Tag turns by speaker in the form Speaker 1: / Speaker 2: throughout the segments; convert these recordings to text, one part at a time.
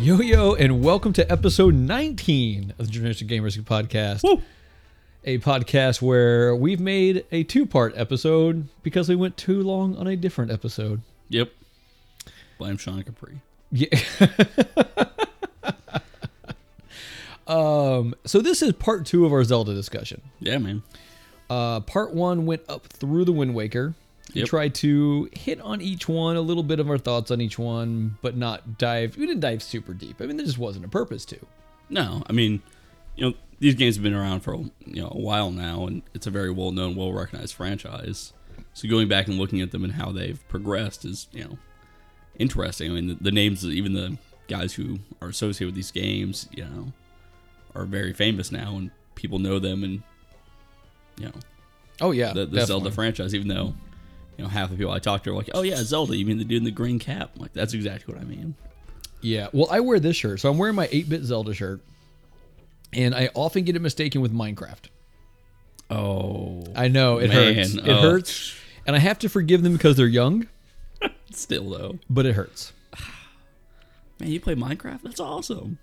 Speaker 1: Hello and welcome to episode 19 of the Generation Gamers Podcast.
Speaker 2: Woo.
Speaker 1: A podcast where we've made a two part episode because we went too long on a different episode.
Speaker 2: Yep. Blame Sean Capri.
Speaker 1: Yeah. um, so, this is part two of our Zelda discussion.
Speaker 2: Yeah, man.
Speaker 1: Uh, part one went up through the Wind Waker. We
Speaker 2: Yep.
Speaker 1: tried to hit on each one, a little bit of our thoughts on each one, but not dive. We didn't dive super deep. I mean, there just wasn't a purpose to.
Speaker 2: No, I mean, you know, these games have been around for you know a while now, and it's a very well known, well recognized franchise. So going back and looking at them and how they've progressed is you know interesting. I mean, the, the names, even the guys who are associated with these games, you know, are very famous now, and people know them, and you know,
Speaker 1: Oh, yeah.
Speaker 2: the, the Zelda franchise, even though. You know, half the people I talked to are like, "Oh yeah, Zelda." You mean the dude in the green cap? I'm like, that's exactly what I mean.
Speaker 1: Yeah. Well, I wear this shirt. So I'm wearing my 8 bit Zelda shirt. And I often get it mistaken with Minecraft.
Speaker 2: Oh,
Speaker 1: I know it
Speaker 2: Man,
Speaker 1: hurts. It
Speaker 2: oh.
Speaker 1: hurts. And I have to forgive them because they're young,
Speaker 2: Still though,
Speaker 1: but it hurts.
Speaker 2: man, you play Minecraft? That's awesome.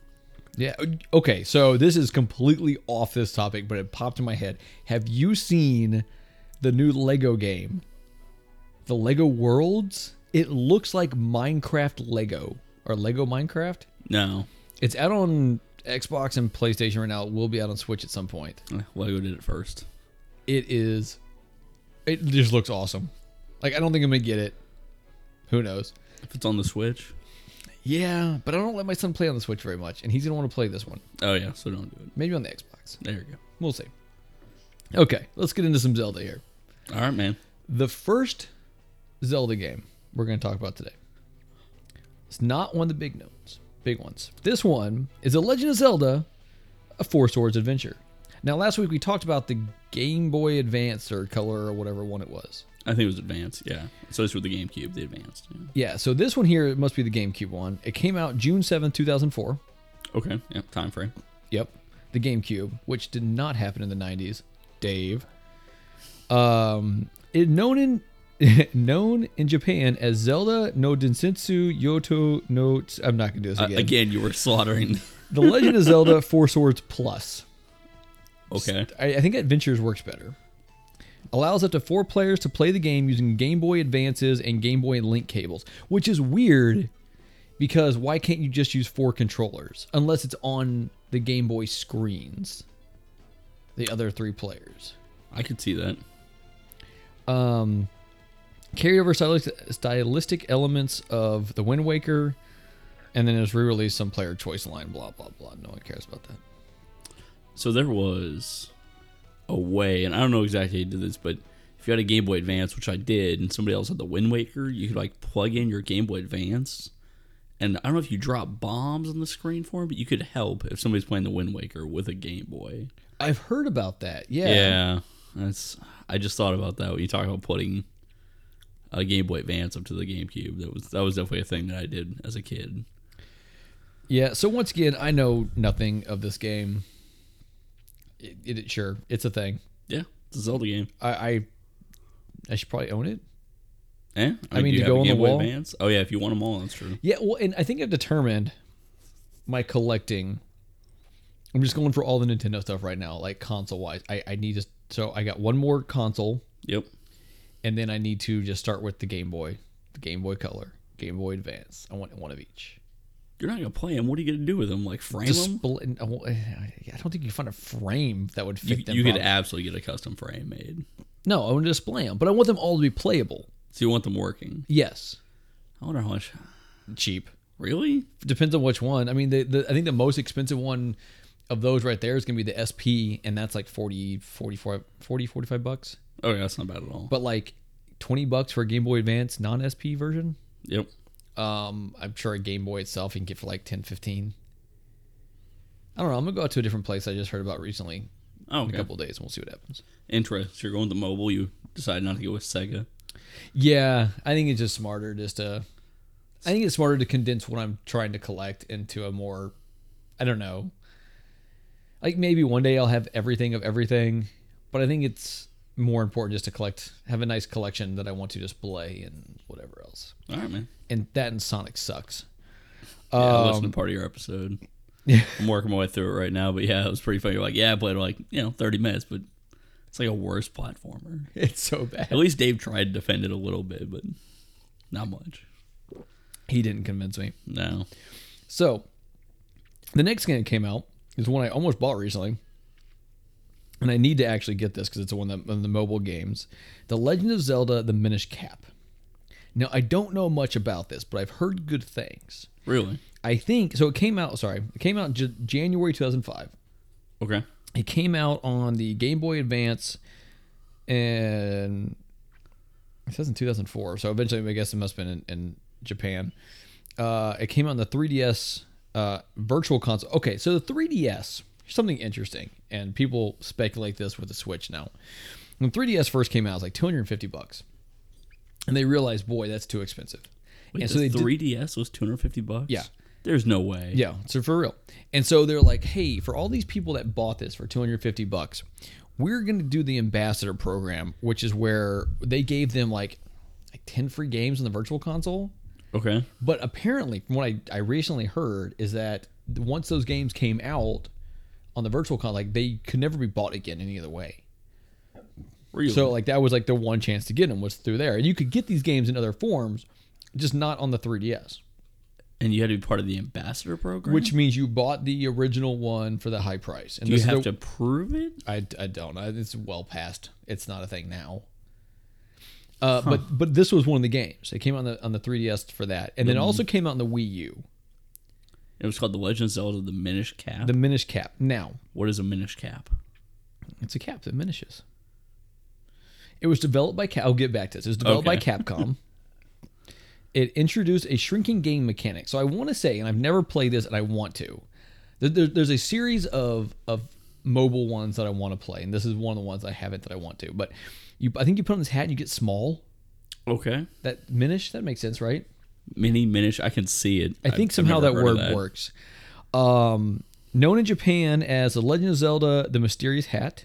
Speaker 1: Yeah. Okay. So this is completely off this topic, but it popped in my head. Have you seen the new Lego game? The Lego Worlds? It looks like Minecraft Lego or Lego Minecraft.
Speaker 2: No,
Speaker 1: It's out on Xbox and PlayStation right now. It will be out on Switch at some point.
Speaker 2: Eh, Lego did it first.
Speaker 1: It is. It just looks awesome. Like I don't think I'm gonna get it. Who knows?
Speaker 2: If it's on the Switch,
Speaker 1: Yeah, but I don't let my son play on the Switch very much, and he's gonna want to play this one.
Speaker 2: oh yeah, so don't do it.
Speaker 1: Maybe on the Xbox.
Speaker 2: There you
Speaker 1: We'll see. Okay, let's get into some Zelda here.
Speaker 2: go. All right, man.
Speaker 1: The first Zelda game we're gonna talk about today. It's not one of the big ones. Big ones. This one is a Legend of Zelda, a Four Swords Adventure. Now, last week we talked about the Game Boy Advance or Color or whatever one it was.
Speaker 2: I think it was advanced. Yeah, so it's with the GameCube, the advanced. Yeah.
Speaker 1: Yeah, so this one here must be the GameCube one. It came out June seventh, two 2004.
Speaker 2: Okay. Yeah. Time frame.
Speaker 1: Yep. The GameCube, which did not happen in the 90s. Dave. Um, it known in known in Japan as Zelda no Densetsu Yoto no Ts- I'm not going to do this
Speaker 2: Uh,
Speaker 1: again.
Speaker 2: again. you were slaughtering.
Speaker 1: The Legend of Zelda Four Swords Plus.
Speaker 2: okay.
Speaker 1: I, I think Adventures works better. Allows up to four players to play the game using Game Boy Advances and Game Boy Link cables, which is weird because why can't you just use four controllers unless it's on the Game Boy screens? The other three players.
Speaker 2: I could see that.
Speaker 1: Um, carryover stylistic, stylistic elements of The Wind Waker, and then it was re released some player choice line, blah, blah, blah. No one cares about that.
Speaker 2: So there was a way, and I don't know exactly how you did this, but if you had a Game Boy Advance, which I did, and somebody else had the Wind Waker, you could like plug in your Game Boy Advance, and I don't know if you drop bombs on the screen for 'em, but you could help if somebody's playing the Wind Waker with a Game Boy.
Speaker 1: I've heard about that. Yeah.
Speaker 2: Yeah, that's. I just thought about that when you talk about putting a Game Boy Advance up to the GameCube. That was that was definitely a thing that I did as a kid.
Speaker 1: Yeah. So once again, I know nothing of this game. It, it sure it's a thing.
Speaker 2: Yeah, it's a Zelda game.
Speaker 1: I I, I should probably own it.
Speaker 2: Eh?
Speaker 1: I mean, to
Speaker 2: do you have
Speaker 1: go
Speaker 2: a
Speaker 1: on the
Speaker 2: Game Boy
Speaker 1: wall?
Speaker 2: Advance? Oh yeah, if you want them all, that's true.
Speaker 1: Yeah. Well, and I think I've determined my collecting. I'm just going for all the Nintendo stuff right now, like console wise. I I need to. So I got one more console,
Speaker 2: Yep.
Speaker 1: and then I need to just start with the Game Boy, the Game Boy Color, Game Boy Advance. I want one of each.
Speaker 2: You're not gonna play them. What are you gonna do with them? Like frame them?
Speaker 1: Display, I won't- I don't think you find a frame that would fit
Speaker 2: You,
Speaker 1: them.
Speaker 2: you could
Speaker 1: properly.
Speaker 2: absolutely get a custom frame made.
Speaker 1: no, I want to display them, but I want them all to be playable.
Speaker 2: So you want them working?
Speaker 1: Yes.
Speaker 2: I wonder how much.
Speaker 1: cheap.
Speaker 2: Really?
Speaker 1: Depends on which one. I mean, the, the I think the most expensive one of those right there is going to be the SP, and that's like 40, 45, 40, 45 bucks.
Speaker 2: Okay, Oh, that's not bad at all.
Speaker 1: But like 20 bucks for a Game Boy Advance non SP version.
Speaker 2: yep.
Speaker 1: Um, I'm sure a Game Boy itself you can get for like 10, 15. I don't know. I'm going to go out to a different place I just heard about recently
Speaker 2: Oh,
Speaker 1: in a
Speaker 2: okay.
Speaker 1: couple days, and we'll see what happens.
Speaker 2: Interest. You're going to mobile. You decide not to go with Sega.
Speaker 1: Yeah, I think it's just smarter just to. I think it's smarter to condense what I'm trying to collect into a more, I don't know. Like maybe one day I'll have everything of everything, but I think it's more important just to collect, have a nice collection that I want to display and whatever else.
Speaker 2: All right, man.
Speaker 1: And that and Sonic sucks. Um,
Speaker 2: Yeah, I listened to part of your episode. I'm working my way through it right now, but yeah, it was pretty funny. You're like, yeah, I played like you know 30 minutes, but it's like a worse platformer.
Speaker 1: It's so bad.
Speaker 2: At least Dave tried to defend it a little bit, but not much.
Speaker 1: He didn't convince me.
Speaker 2: No,
Speaker 1: So, the next game that came out is one I almost bought recently, and I need to actually get this because it's one that, of the mobile games, The Legend of Zelda: The Minish Cap. Now, I don't know much about this, but I've heard good things.
Speaker 2: really.
Speaker 1: I think so. It came out. Sorry, it came out in J- January 2005.
Speaker 2: Okay,
Speaker 1: It came out on the Game Boy Advance, and it says in 2004. So eventually, I guess it must have been in, in Japan. Uh, it came out on the 3DS uh, Virtual Console. Okay, so the 3DS here's something interesting, and people speculate this with the Switch now. When 3DS first came out, it was like 250 bucks, and they realized, boy, that's too expensive.
Speaker 2: Wait,
Speaker 1: and
Speaker 2: the
Speaker 1: so they did-
Speaker 2: 3ds was 250 bucks.
Speaker 1: Yeah.
Speaker 2: there's no way.
Speaker 1: yeah, so for real. And so they're like, hey, for all these people that bought this for 250 bucks, we're going to do the ambassador program, which is where they gave them like, like 10 free games on the virtual console.
Speaker 2: Okay.
Speaker 1: But apparently, from what I, I recently heard, is that once those games came out on the virtual console, like they could never be bought again any other way.
Speaker 2: Really.
Speaker 1: So like that was like the one chance to get them was through there. And you could get these games in other forms, just not on the 3DS.
Speaker 2: and you had to be part of the ambassador program,
Speaker 1: Which means you bought the original one for the high price. And
Speaker 2: you
Speaker 1: this is
Speaker 2: have
Speaker 1: the-
Speaker 2: to prove it.
Speaker 1: I, I don't. I, it's well past. It's not a thing now. Uh, But but this was one of the games. It came out on the on the 3ds for that, and then it also came out on the Wii U.
Speaker 2: It was called The Legend of Zelda: The Minish Cap.
Speaker 1: The Minish Cap. Now
Speaker 2: what is a Minish Cap?
Speaker 1: it's a cap that minishes. It was developed by. Ca- I'll get back to this. It was developed by
Speaker 2: Okay.
Speaker 1: Capcom. it introduced a shrinking game mechanic. So I want to say, and I've never played this, and I want to. There, there- there's a series of of mobile ones that I want to play, and this is one of the ones I haven't that I want to. But you, I think you put on this hat and you get small.
Speaker 2: Okay.
Speaker 1: That Minish, that makes sense, right?
Speaker 2: Mini Minish. I can see it.
Speaker 1: I think somehow that word works. Um, known in Japan as The Legend of Zelda: The Mysterious Hat.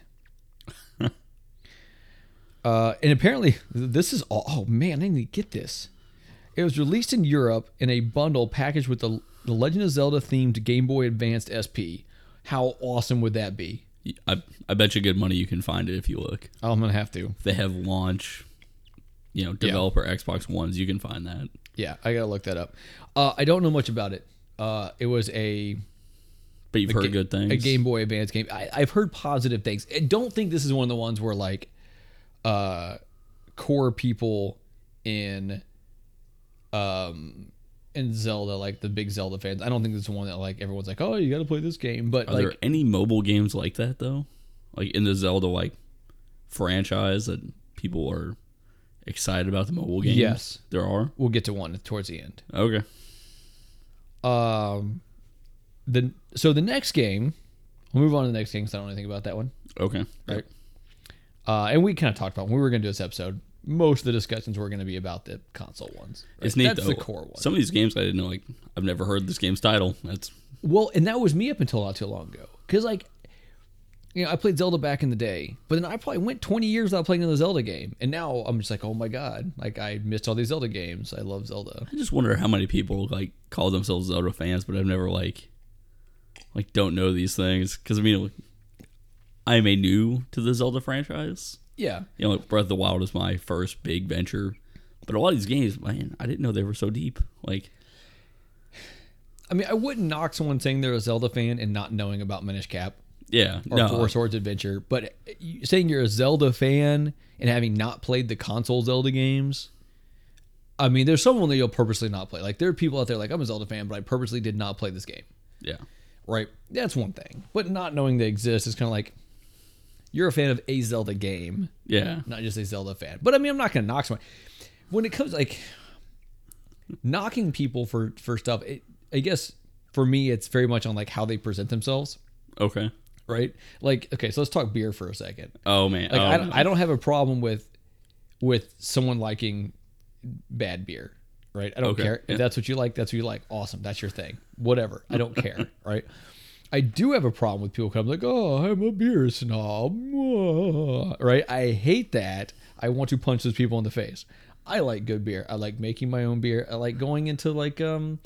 Speaker 1: uh, and apparently, this is all. Oh man, I need to get this. It was released in Europe in a bundle packaged with the, the Legend of Zelda themed Game Boy Advanced SP. How awesome would that be?
Speaker 2: I, I bet you good money you can find it if you look.
Speaker 1: I'm gonna have to.
Speaker 2: They have launch, you know, developer Xbox Ones. You can find that.
Speaker 1: Yeah, I gotta look that up. Uh, I don't know much about it. Uh, it was a
Speaker 2: But you've heard good things.
Speaker 1: a Game Boy Advance game. I, I've heard positive things. I don't think this is one of the ones where like uh core people in um in Zelda, like the big Zelda fans. I don't think this is one that like everyone's like, Oh, you gotta play this game. But
Speaker 2: Are
Speaker 1: like
Speaker 2: there any mobile games like that though? Like in the Zelda like franchise that people are excited about the mobile games?
Speaker 1: Yes.
Speaker 2: there are.
Speaker 1: we'll get to one towards the end.
Speaker 2: Okay.
Speaker 1: Um the so the next game we'll move on to the next game because I don't know anything about that one.
Speaker 2: Okay.
Speaker 1: Right. Uh, and we kind of talked about when we were going to do this episode. Most of the discussions were going to be about the console ones. right?
Speaker 2: It's neat
Speaker 1: That's
Speaker 2: though.
Speaker 1: the core one.
Speaker 2: Some of these games I didn't know. Like I've never heard this game's title. That's
Speaker 1: Well, and that was me up until not too long ago. Because, like, you know, I played Zelda back in the day, but then I probably went 20 years without playing another Zelda game. And now I'm just like, oh my God, like, I missed all these Zelda games. I love Zelda.
Speaker 2: I just wonder how many people like call themselves Zelda fans, but I've never like like don't know these things because I mean, like, I'm a new to the Zelda franchise.
Speaker 1: Yeah.
Speaker 2: You know, like Breath of the Wild is my first big venture, but a lot of these games, man, I didn't know they were so deep. Like,
Speaker 1: I mean, I wouldn't knock someone saying they're a Zelda fan and not knowing about Minish Cap
Speaker 2: yeah,
Speaker 1: or
Speaker 2: no,
Speaker 1: Four Swords Adventure, but you- saying you're a Zelda fan and having not played the console Zelda games. I mean, there's someone that you'll purposely not play. Like, there are people out there like, I'm a Zelda fan, but I purposely did not play this game.
Speaker 2: yeah,
Speaker 1: right? That's one thing. But not knowing they exist is kind of like you're a fan of a Zelda game,
Speaker 2: yeah.
Speaker 1: not just a Zelda fan. But I mean, I'm not going to knock someone. When it comes like knocking people for for stuff, it, I guess for me it's very much on like how they present themselves,
Speaker 2: Okay.
Speaker 1: right? Like okay, so let's talk beer for a second.
Speaker 2: Oh man,
Speaker 1: Like
Speaker 2: oh,
Speaker 1: I, don't- I don't have a problem with with someone liking bad beer, right? I don't
Speaker 2: Okay,
Speaker 1: care if
Speaker 2: yeah.
Speaker 1: that's what you like. That's what you like. Awesome, that's your thing. Whatever. I don't care, right? I do have a problem with people come like, oh, I'm a beer snob, Mwah. right? I hate that. I want to punch those people in the face. I like good beer. I like making my own beer. I like going into like um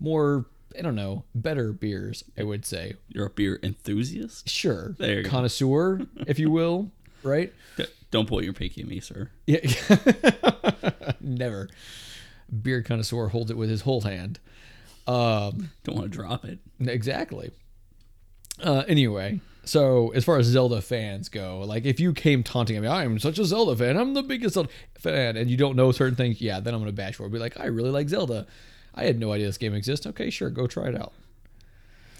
Speaker 1: more I don't know, better beers, I would say.
Speaker 2: You're a beer enthusiast.
Speaker 1: Sure.
Speaker 2: There you go.
Speaker 1: Connoisseur, if you will, right?
Speaker 2: D- Don't point your pinky at me, sir.
Speaker 1: Yeah. Never. Beer connoisseur holds it with his whole hand. Um,
Speaker 2: Don't want to drop it.
Speaker 1: exactly. Uh, anyway, so as far as Zelda fans go, like if you came taunting me, I'm such a Zelda fan, I'm the biggest Zelda fan, and you don't know certain things, yeah, then I'm gonna bash for it. Be like, I really like Zelda. I had no idea this game exists. Okay, sure, go try it out.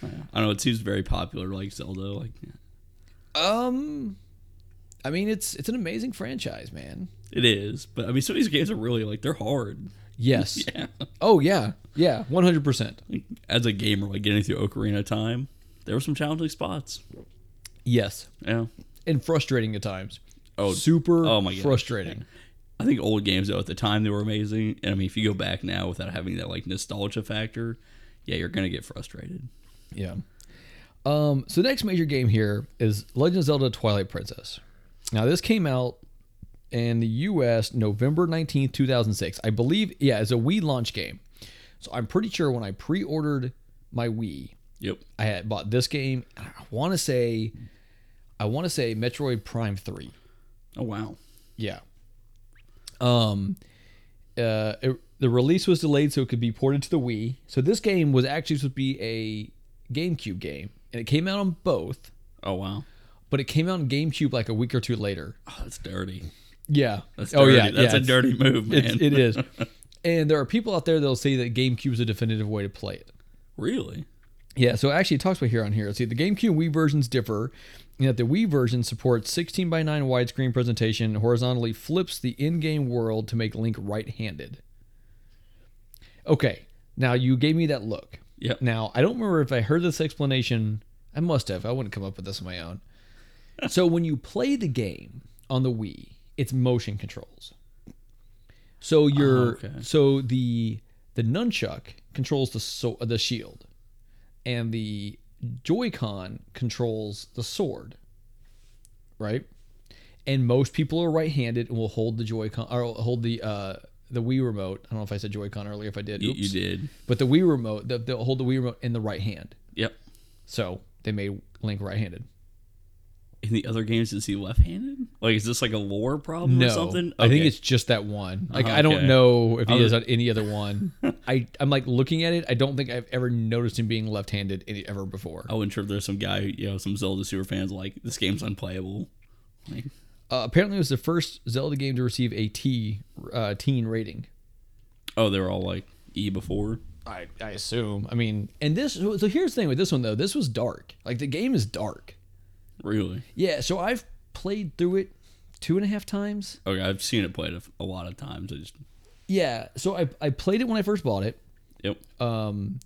Speaker 2: I don't know. It seems very popular, like Zelda. Like
Speaker 1: Um, I mean, it's it's an amazing franchise, man.
Speaker 2: it is, but I mean, some of these games are really like they're hard.
Speaker 1: Yes.
Speaker 2: Yeah.
Speaker 1: Oh yeah, yeah, one hundred percent.
Speaker 2: As a gamer, like getting through Ocarina of Time, there were some challenging spots.
Speaker 1: Yes,
Speaker 2: Yeah.
Speaker 1: and frustrating at times.
Speaker 2: Oh,
Speaker 1: super
Speaker 2: oh my gosh.
Speaker 1: frustrating.
Speaker 2: I think old games though at the time they were amazing, and I mean if you go back now without having that like nostalgia factor, yeah, you're gonna get frustrated.
Speaker 1: Yeah. Um, so the next major game here is Legend of Zelda Twilight Princess. Now this came out in the US November 19th, 2006. I believe yeah, it's a Wii launch game. So I'm pretty sure when I pre-ordered my Wii,
Speaker 2: Yep.
Speaker 1: I had bought this game and I want to say I want to say Metroid Prime 3.
Speaker 2: Oh wow.
Speaker 1: Yeah. Um, uh, it- the release was delayed so it could be ported to the Wii. So this game was actually supposed to be a GameCube game, and it came out on both,
Speaker 2: Oh wow.
Speaker 1: but it came out on GameCube like a week or two later.
Speaker 2: Oh, that's dirty.
Speaker 1: Oh, Yeah.
Speaker 2: That's dirty. That's a
Speaker 1: it's-
Speaker 2: dirty move, man.
Speaker 1: It's, it is. and there are people out there that'll say that GameCube is a definitive way to play it.
Speaker 2: Really?
Speaker 1: Yeah, so actually it talks about here on here. See, the GameCube and Wii versions differ in that the Wii version supports 16 by 9 widescreen presentation and horizontally flips the in-game world to make Link right-handed. Okay, now you gave me that look.
Speaker 2: Yep.
Speaker 1: Now I don't remember if I heard this explanation. I must have. I wouldn't come up with this on my own. so when you play the game on the Wii, it's motion controls. So your
Speaker 2: Ah, okay.
Speaker 1: so the the nunchuck controls the so, the shield, and the Joy-Con controls the sword. Right, and most people are right-handed and will hold the Joy-Con or hold the uh, the Wii remote. I don't know if I said Joy-Con earlier. If I did,
Speaker 2: You,
Speaker 1: oops
Speaker 2: you did.
Speaker 1: but the Wii remote, the, they'll hold the Wii remote in the right hand.
Speaker 2: Yep.
Speaker 1: So they made Link right-handed.
Speaker 2: In the other games, is he left-handed? Like, is this like a lore problem
Speaker 1: No,
Speaker 2: or something?
Speaker 1: I think
Speaker 2: Okay.
Speaker 1: it's just that one. Like
Speaker 2: Uh-huh,
Speaker 1: I don't
Speaker 2: okay.
Speaker 1: know if he is on any other one. I I'm like looking at it. I don't think I've ever noticed him being left-handed any, ever before.
Speaker 2: I wasn't sure if there's some guy, you know, some Zelda super fans like this game's unplayable. Like,
Speaker 1: Uh, apparently, it was the first Zelda game to receive a T uh, teen rating.
Speaker 2: oh, they were all like E before.
Speaker 1: I I assume. I mean, and this so here's the thing with this one though. This was dark. Like the game is dark.
Speaker 2: Really?
Speaker 1: Yeah. So I've played through it two and a half times.
Speaker 2: Okay, I've seen it played a, a lot of times. I just,
Speaker 1: Yeah. So I I played it when I first bought it.
Speaker 2: yep.
Speaker 1: um,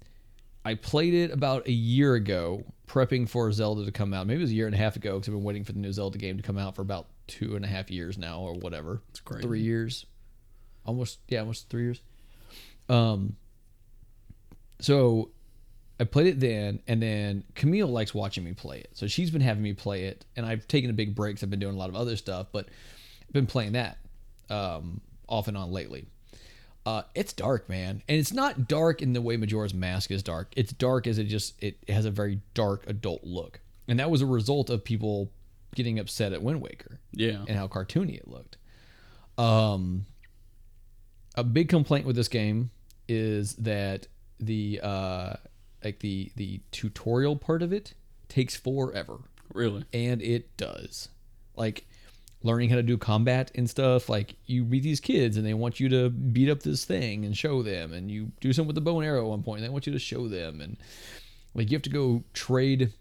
Speaker 1: I played it about a year ago, prepping for Zelda to come out. Maybe it was a year and a half ago because I've been waiting for the new Zelda game to come out for about two and a half years now, or whatever. It's
Speaker 2: crazy.
Speaker 1: Three years, almost. Yeah, almost three years. Um. So, I played it then, and then Camille likes watching me play it, so she's been having me play it, and I've taken a big break. 'cause I've been doing a lot of other stuff, but I've been playing that um, off and on lately. Uh, it's dark, man, and it's not dark in the way Majora's Mask is dark. It's dark as it just it has a very dark adult look, and that was a result of people getting upset at Wind Waker
Speaker 2: yeah.
Speaker 1: and how cartoony it looked. Um, a big complaint with this game is that the uh, like the the tutorial part of it takes forever,
Speaker 2: Really?
Speaker 1: and it does. Like learning how to do combat and stuff. Like you meet these kids and they want you to beat up this thing and show them, and you do something with the bow and arrow at one point. And they want you to show them, and like you have to go trade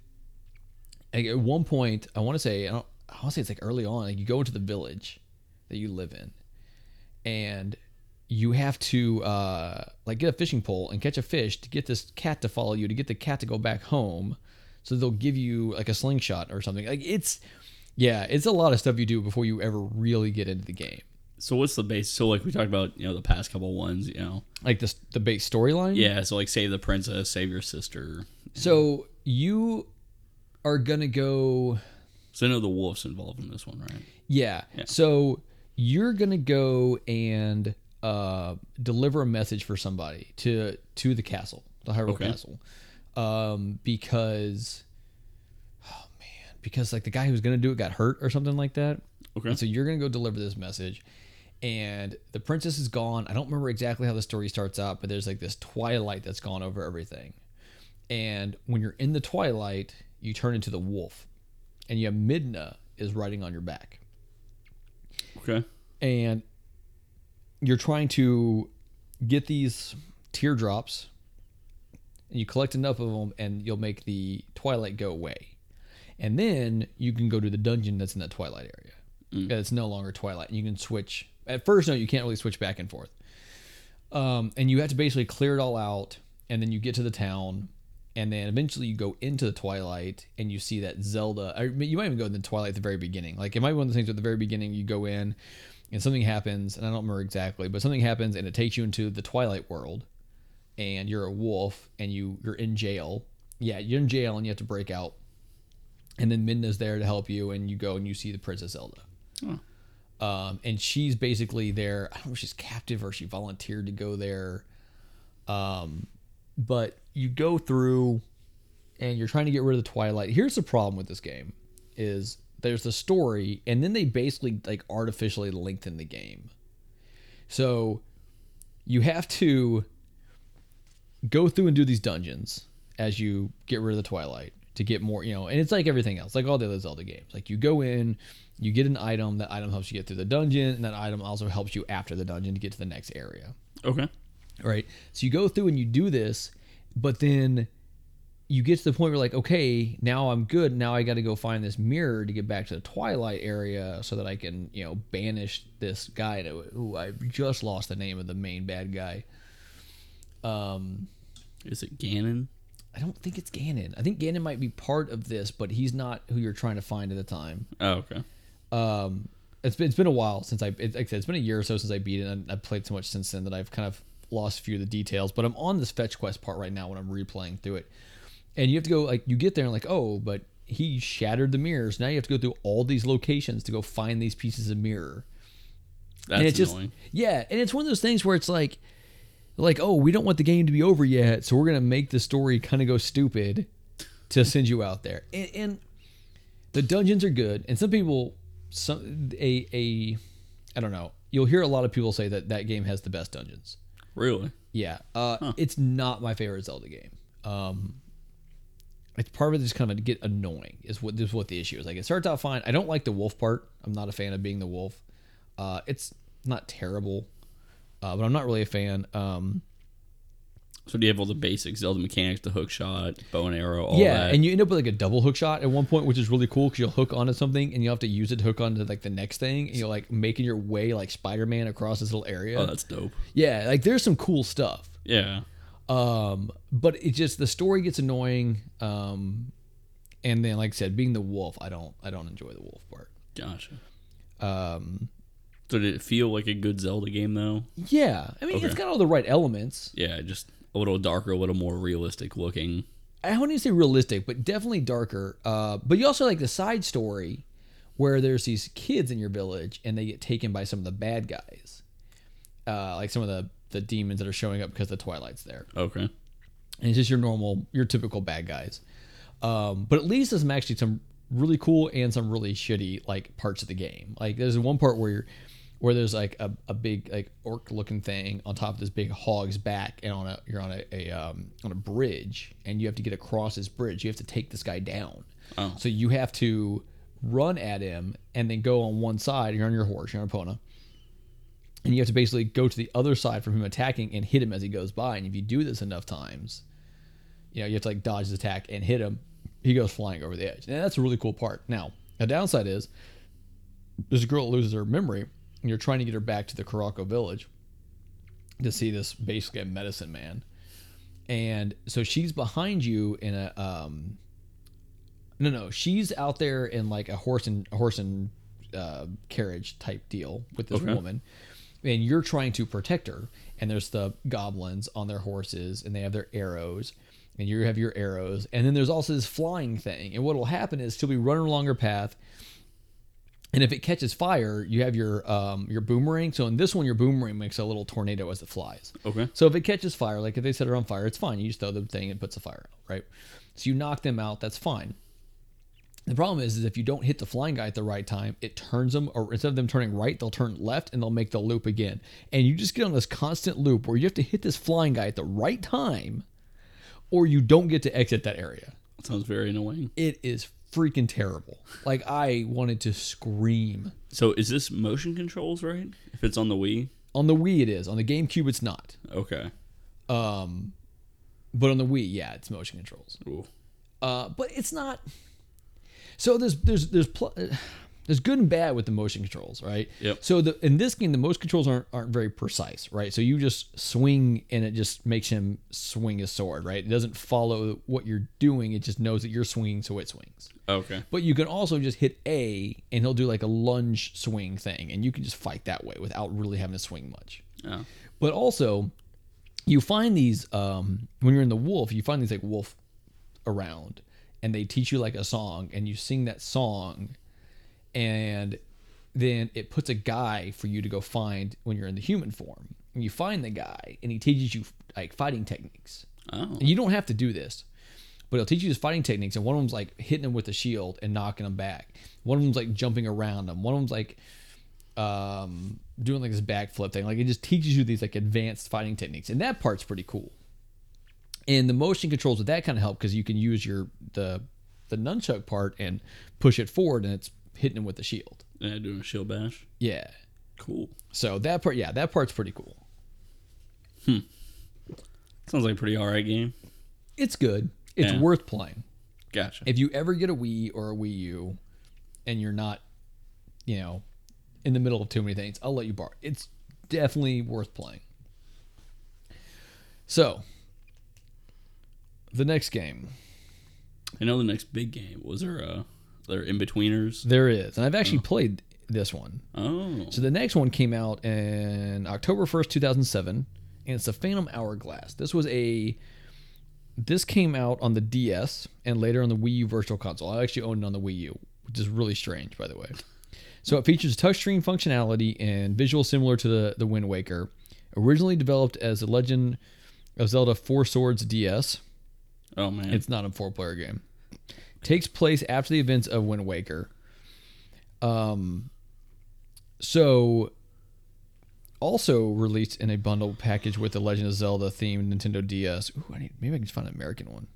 Speaker 1: like at one point i want to say i don't i want to say it's like early on like you go into the village that you live in and you have to uh like get a fishing pole and catch a fish to get this cat to follow you to get the cat to go back home so they'll give you like a slingshot or something like it's yeah it's a lot of stuff you do before you ever really get into the game
Speaker 2: So what's the base? So like we talked about, you know, the past couple ones, you know.
Speaker 1: like this the base storyline
Speaker 2: Yeah, so like save the princess, save your sister.
Speaker 1: so you are gonna go
Speaker 2: So I know the wolf's involved in this one, right?
Speaker 1: Yeah. So you're gonna go and uh, deliver a message for somebody to to the castle the Hyrule
Speaker 2: Okay.
Speaker 1: Castle, um, because oh man, because like the guy who was gonna do it got hurt or something like that.
Speaker 2: Okay.
Speaker 1: And so you're gonna go deliver this message, and the princess is gone. I don't remember exactly how the story starts out, but there's like this twilight that's gone over everything, and when you're in the twilight, you turn into the wolf, and you have Midna is riding on your back
Speaker 2: Okay.
Speaker 1: and you're trying to get these teardrops and you collect enough of them and you'll make the twilight go away and then you can go to the dungeon that's in that twilight area it's no longer twilight and you can switch at first no you can't really switch back and forth um, and you have to basically clear it all out and then you get to the town and then eventually you go into the twilight and you see that zelda I mean, you might even go in the twilight at the very beginning like it might be one of the things at the very beginning you go in and something happens and i don't remember exactly but something happens and it takes you into the twilight world and you're a wolf and you you're in jail yeah you're in jail and you have to break out and then midna's there to help you and you go and you see the princess zelda um, and she's basically there. I don't know if she's captive or she volunteered to go there. Um, but you go through, and you're trying to get rid of the Twilight. Here's the problem with this game: is there's the story, and then they basically like artificially lengthen the game. So you have to go through and do these dungeons as you get rid of the twilight to get more you know and it's like everything else like all the other zelda games like you go in you get an item that item helps you get through the dungeon and that item also helps you after the dungeon to get to the next area
Speaker 2: Okay.
Speaker 1: right? So you go through and you do this, but then you get to the point where like, okay, now I'm good. Now I got to go find this mirror to get back to the twilight area so that I can, you know, banish this guy to who I just lost the name of the main bad guy.
Speaker 2: Is it Ganon?
Speaker 1: I don't think it's Ganon. I think Ganon might be part of this, but he's not who you're trying to find at the time.
Speaker 2: Oh, okay.
Speaker 1: it's been, it's been a while since I it, like I said, it's been a year or so since I beat it. and I've played so much since then that I've kind of lost a few of the details. But I'm on this fetch quest part right now when I'm replaying through it, and you have to go like you get there and like oh, but he shattered the mirrors. Now you have to go through all these locations to go find these pieces of mirror.
Speaker 2: That's
Speaker 1: and it's just
Speaker 2: annoying.
Speaker 1: yeah, and it's one of those things where it's like like oh, we don't want the game to be over yet, so we're gonna make the story kind of go stupid to send you out there. And, and the dungeons are good, and some people, some a a, I don't know. You'll hear a lot of people say that that game has the best dungeons.
Speaker 2: really?
Speaker 1: Yeah, uh, it's not my favorite Zelda game. Um, it's part of it just kind of get annoying. Is what is what the issue is. Like it starts out fine. I don't like the wolf part. I'm not a fan of being the wolf. Uh, it's not terrible, uh, but I'm not really a fan. Um,
Speaker 2: So do you have all the basic Zelda mechanics, the hook shot, bow and arrow, all
Speaker 1: yeah,
Speaker 2: that?
Speaker 1: and you end up with like a double hook shot at one point, which is really cool because you'll hook onto something and you'll have to use it to hook onto like the next thing, and you're like making your way like Spider-Man across this little area.
Speaker 2: oh, that's dope.
Speaker 1: yeah, like there's some cool stuff.
Speaker 2: Yeah.
Speaker 1: Um, but it just the story gets annoying. Um, and then like I said, being the wolf, I don't I don't enjoy the wolf part.
Speaker 2: Gotcha.
Speaker 1: Um,
Speaker 2: So did it feel like a good Zelda game though?
Speaker 1: yeah, I mean it's
Speaker 2: Okay.
Speaker 1: got all the right elements.
Speaker 2: Yeah, just a little darker, a little more realistic looking.
Speaker 1: I wouldn't even say realistic, but definitely darker. Uh, but you also like the side story where there's these kids in your village and they get taken by some of the bad guys, uh, like some of the the demons that are showing up because the twilight's there.
Speaker 2: Okay.
Speaker 1: and it's just your normal, your typical bad guys. Um, but at least there's some actually some really cool and some really shitty like parts of the game. Like there's one part where you're where there's like a, a big like orc looking thing on top of this big hog's back and on a you're on a, a um, on a bridge and you have to get across this bridge. You have to take this guy down.
Speaker 2: Oh.
Speaker 1: So you have to run at him and then go on one side, you're on your horse, you're on a pona and you have to basically go to the other side from him attacking and hit him as he goes by. And if you do this enough times, you know you have to like dodge his attack and hit him. He goes flying over the edge, and that's a really cool part. Now, the downside is this girl loses her memory, and you're trying to get her back to the Caraco village to see this basically a medicine man, and so she's behind you in a um. No, no, she's out there in like a horse and a horse and uh, carriage type deal with this
Speaker 2: Okay.
Speaker 1: woman, and you're trying to protect her. And there's the goblins on their horses, and they have their arrows, and you have your arrows. And then there's also this flying thing. And what will happen is she'll be running along her path, And if it catches fire, you have your um, your boomerang. So in this one, your boomerang makes a little tornado as it flies.
Speaker 2: Okay.
Speaker 1: So if it catches fire, like if they set it on fire, it's fine. You just throw the thing, it puts a fire out, right? So you knock them out, that's fine. The problem is, is if you don't hit the flying guy at the right time, it turns them, or instead of them turning right, they'll turn left and they'll make the loop again. And you just get on this constant loop where you have to hit this flying guy at the right time, or you don't get to exit that area.
Speaker 2: Sounds very annoying.
Speaker 1: It is freaking terrible. Like I wanted to scream.
Speaker 2: So is this motion controls right? If it's on the Wii,
Speaker 1: On the Wii, it is. On the GameCube, it's not.
Speaker 2: okay.
Speaker 1: But on the Wii, yeah, it's motion controls.
Speaker 2: Ooh.
Speaker 1: Uh, but it's not. So there's there's there's pl- uh, there's good and bad with the motion controls, right?
Speaker 2: Yep.
Speaker 1: So the in this game, the motion controls aren't aren't very precise, right? So you just swing and it just makes him swing his sword, right? It doesn't follow what you're doing. It just knows that you're swinging, so it swings.
Speaker 2: Okay.
Speaker 1: But you can also just hit A and he'll do like a lunge swing thing, and you can just fight that way without really having to swing much.
Speaker 2: Oh.
Speaker 1: But also, you find these um, when you're in the wolf. You find these like wolf around, and they teach you like a song, and you sing that song, and then it puts a guy for you to go find when you're in the human form. And you find the guy, and he teaches you like fighting techniques.
Speaker 2: Oh.
Speaker 1: And you don't have to do this, but he'll teach you his fighting techniques. And one of them's like hitting him with a shield and knocking him back. One of them's like jumping around him. One of them's like um, doing like this backflip thing. Like it just teaches you these like advanced fighting techniques, and that part's pretty cool. And the motion controls with that kind of help because you can use your the the nunchuck part and push it forward, and it's hitting him with the shield.
Speaker 2: Yeah, doing a shield bash.
Speaker 1: Yeah.
Speaker 2: Cool.
Speaker 1: So that part, yeah, that part's pretty cool.
Speaker 2: Sounds like a pretty alright game.
Speaker 1: It's good. It's
Speaker 2: Yeah.
Speaker 1: worth playing.
Speaker 2: Gotcha.
Speaker 1: if you ever get a Wii or a Wii U and you're not, you know, in the middle of too many things, I'll let you borrow. It's definitely worth playing. So, the next game
Speaker 2: I know the next big game was there. Uh, there in betweeners.
Speaker 1: there is, and I've actually played this one.
Speaker 2: Oh,
Speaker 1: So the next one came out in October 1st, 2007, and it's the Phantom Hourglass. This was a this came out on the DS and later on the Wii U Virtual Console. I actually owned it on the Wii U, which is really strange, by the way. So it features touchscreen functionality and visuals similar to the the Wind Waker. Originally developed as the Legend of Zelda Four Swords DS,
Speaker 2: oh man.
Speaker 1: it's not a four player game. Takes place after the events of Wind Waker. Um so also released in a bundle package with the Legend of Zelda themed Nintendo DS. Ooh, I need maybe I can just find an American one.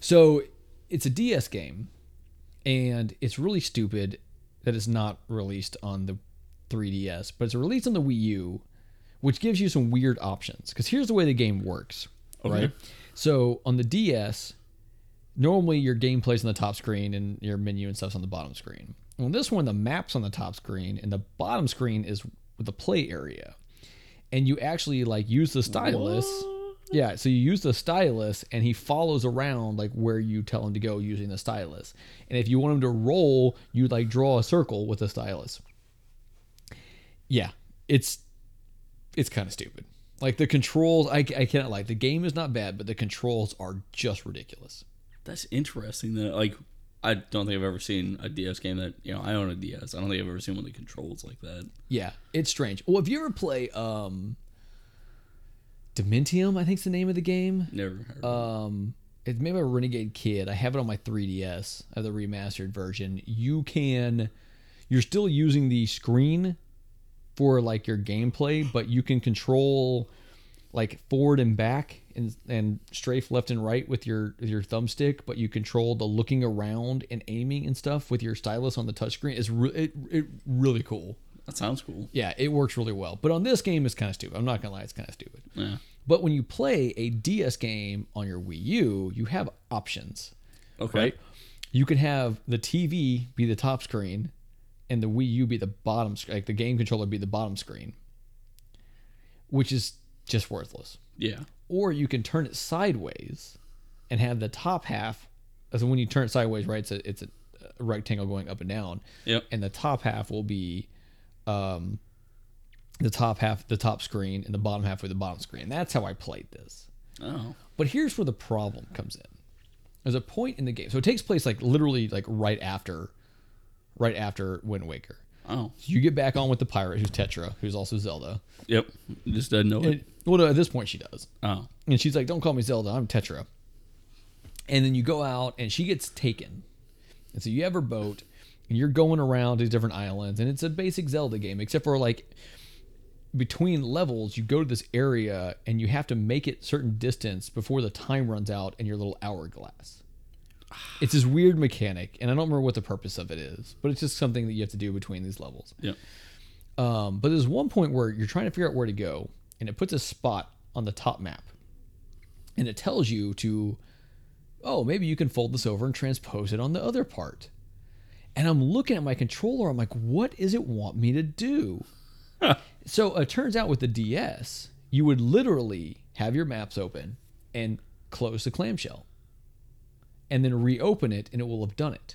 Speaker 1: So it's a DS game, and it's really stupid that it's not released on the 3DS, but it's released on the Wii U, which gives you some weird options. Because here's the way the game works,
Speaker 2: Okay.
Speaker 1: right? So on the DS, normally your gameplay's on the top screen and your menu and stuff's on the bottom screen. On this one, the map's on the top screen, and the bottom screen is the play area. And you actually like use the stylus. Yeah, so you use the stylus, and he follows around like where you tell him to go using the stylus. And if you want him to roll, you like draw a circle with the stylus. Yeah, it's it's kind of stupid. Like the controls, I, I cannot like the game is not bad, but the controls are just ridiculous.
Speaker 2: That's interesting. That like, I don't think I've ever seen a DS game that you know. I own a DS. I don't think I've ever seen one that controls like that.
Speaker 1: Yeah, it's strange. Well, if you ever play um Dementium, I think's the name of the game.
Speaker 2: Never heard. of
Speaker 1: Um it's maybe a Renegade Kid. I have it on my 3DS. I have uh, the remastered version. You can you're still using the screen for like your gameplay, but you can control like forward and back and and strafe left and right with your with your thumbstick, but you control the looking around and aiming and stuff with your stylus on the touchscreen. It's re- it, it really cool.
Speaker 2: it. That sounds cool.
Speaker 1: Yeah, it works really well. But on this game, it's kind of stupid. I'm not gonna lie, it's kind of stupid.
Speaker 2: Yeah.
Speaker 1: But when you play a DS game on your Wii U, you have options,
Speaker 2: Okay.
Speaker 1: right? You can have the TV be the top screen, and the Wii U be the bottom, sc- like the game controller be the bottom screen, which is just worthless.
Speaker 2: Yeah.
Speaker 1: Or you can turn it sideways, and have the top half. So when you turn it sideways, right, it's a, it's a a rectangle going up and down
Speaker 2: Yep.
Speaker 1: and the top half will be um, the top half the top screen and the bottom half with the bottom screen that's how i played this
Speaker 2: Oh.
Speaker 1: but here's where the problem comes in there's a point in the game so it takes place like literally like right after right after Wind Waker.
Speaker 2: Oh,
Speaker 1: So you get back on with the pirate who's Tetra, who's also Zelda.
Speaker 2: yep. Just doesn't know
Speaker 1: And,
Speaker 2: it.
Speaker 1: well, no, at this point she does.
Speaker 2: Oh,
Speaker 1: And she's like, "Don't call me Zelda. I'm Tetra." And then you go out, and she gets taken. And so you have her boat, and you're going around these different islands, and it's a basic Zelda game, except for like between levels, you go to this area, and you have to make it certain distance before the time runs out in your little hourglass. It's this weird mechanic, and I don't remember what the purpose of it is, but it's just something that you have to do between these levels.
Speaker 2: yep.
Speaker 1: Um, but there's one point where you're trying to figure out where to go, and it puts a spot on the top map, and it tells you to, oh, maybe you can fold this over and transpose it on the other part. And I'm looking at my controller. I'm like, what does it want me to do? so it turns out with the DS, you would literally have your maps open and close the clamshell, and then reopen it, and it will have done it.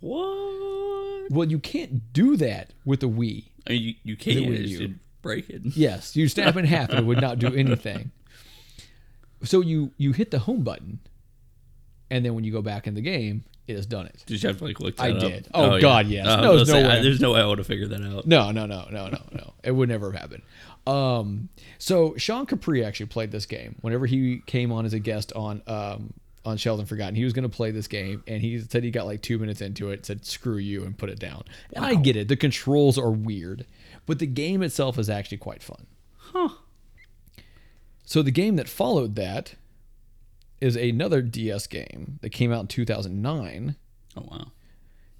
Speaker 2: What?
Speaker 1: Well, you can't do that with the Wii.
Speaker 2: I mean, you you can't
Speaker 1: Wii
Speaker 2: it's
Speaker 1: U.
Speaker 2: just break it.
Speaker 1: Yes, you snap in half and it would not do anything. So you you hit the home button, and then when you go back in the game, it has done it.
Speaker 2: Did you have to like look that
Speaker 1: I
Speaker 2: up?
Speaker 1: did. Oh, God, yes.
Speaker 2: I
Speaker 1: No,
Speaker 2: was
Speaker 1: there's
Speaker 2: gonna
Speaker 1: no
Speaker 2: I-
Speaker 1: way.
Speaker 2: there's no way I would have figured that out.
Speaker 1: No, no, no, no, no, no. It would never have happened. Um, so Sean Capri actually played this game whenever he came on as a guest on um, on Sheldon Forgotten. He was going to play this game, and he said he got like two minutes into it, said "screw you" and put it down. And I get it. The controls are weird, but the game itself is actually quite fun.
Speaker 2: Huh.
Speaker 1: So the game that followed that is another DS game that came out in 2009,
Speaker 2: Oh wow.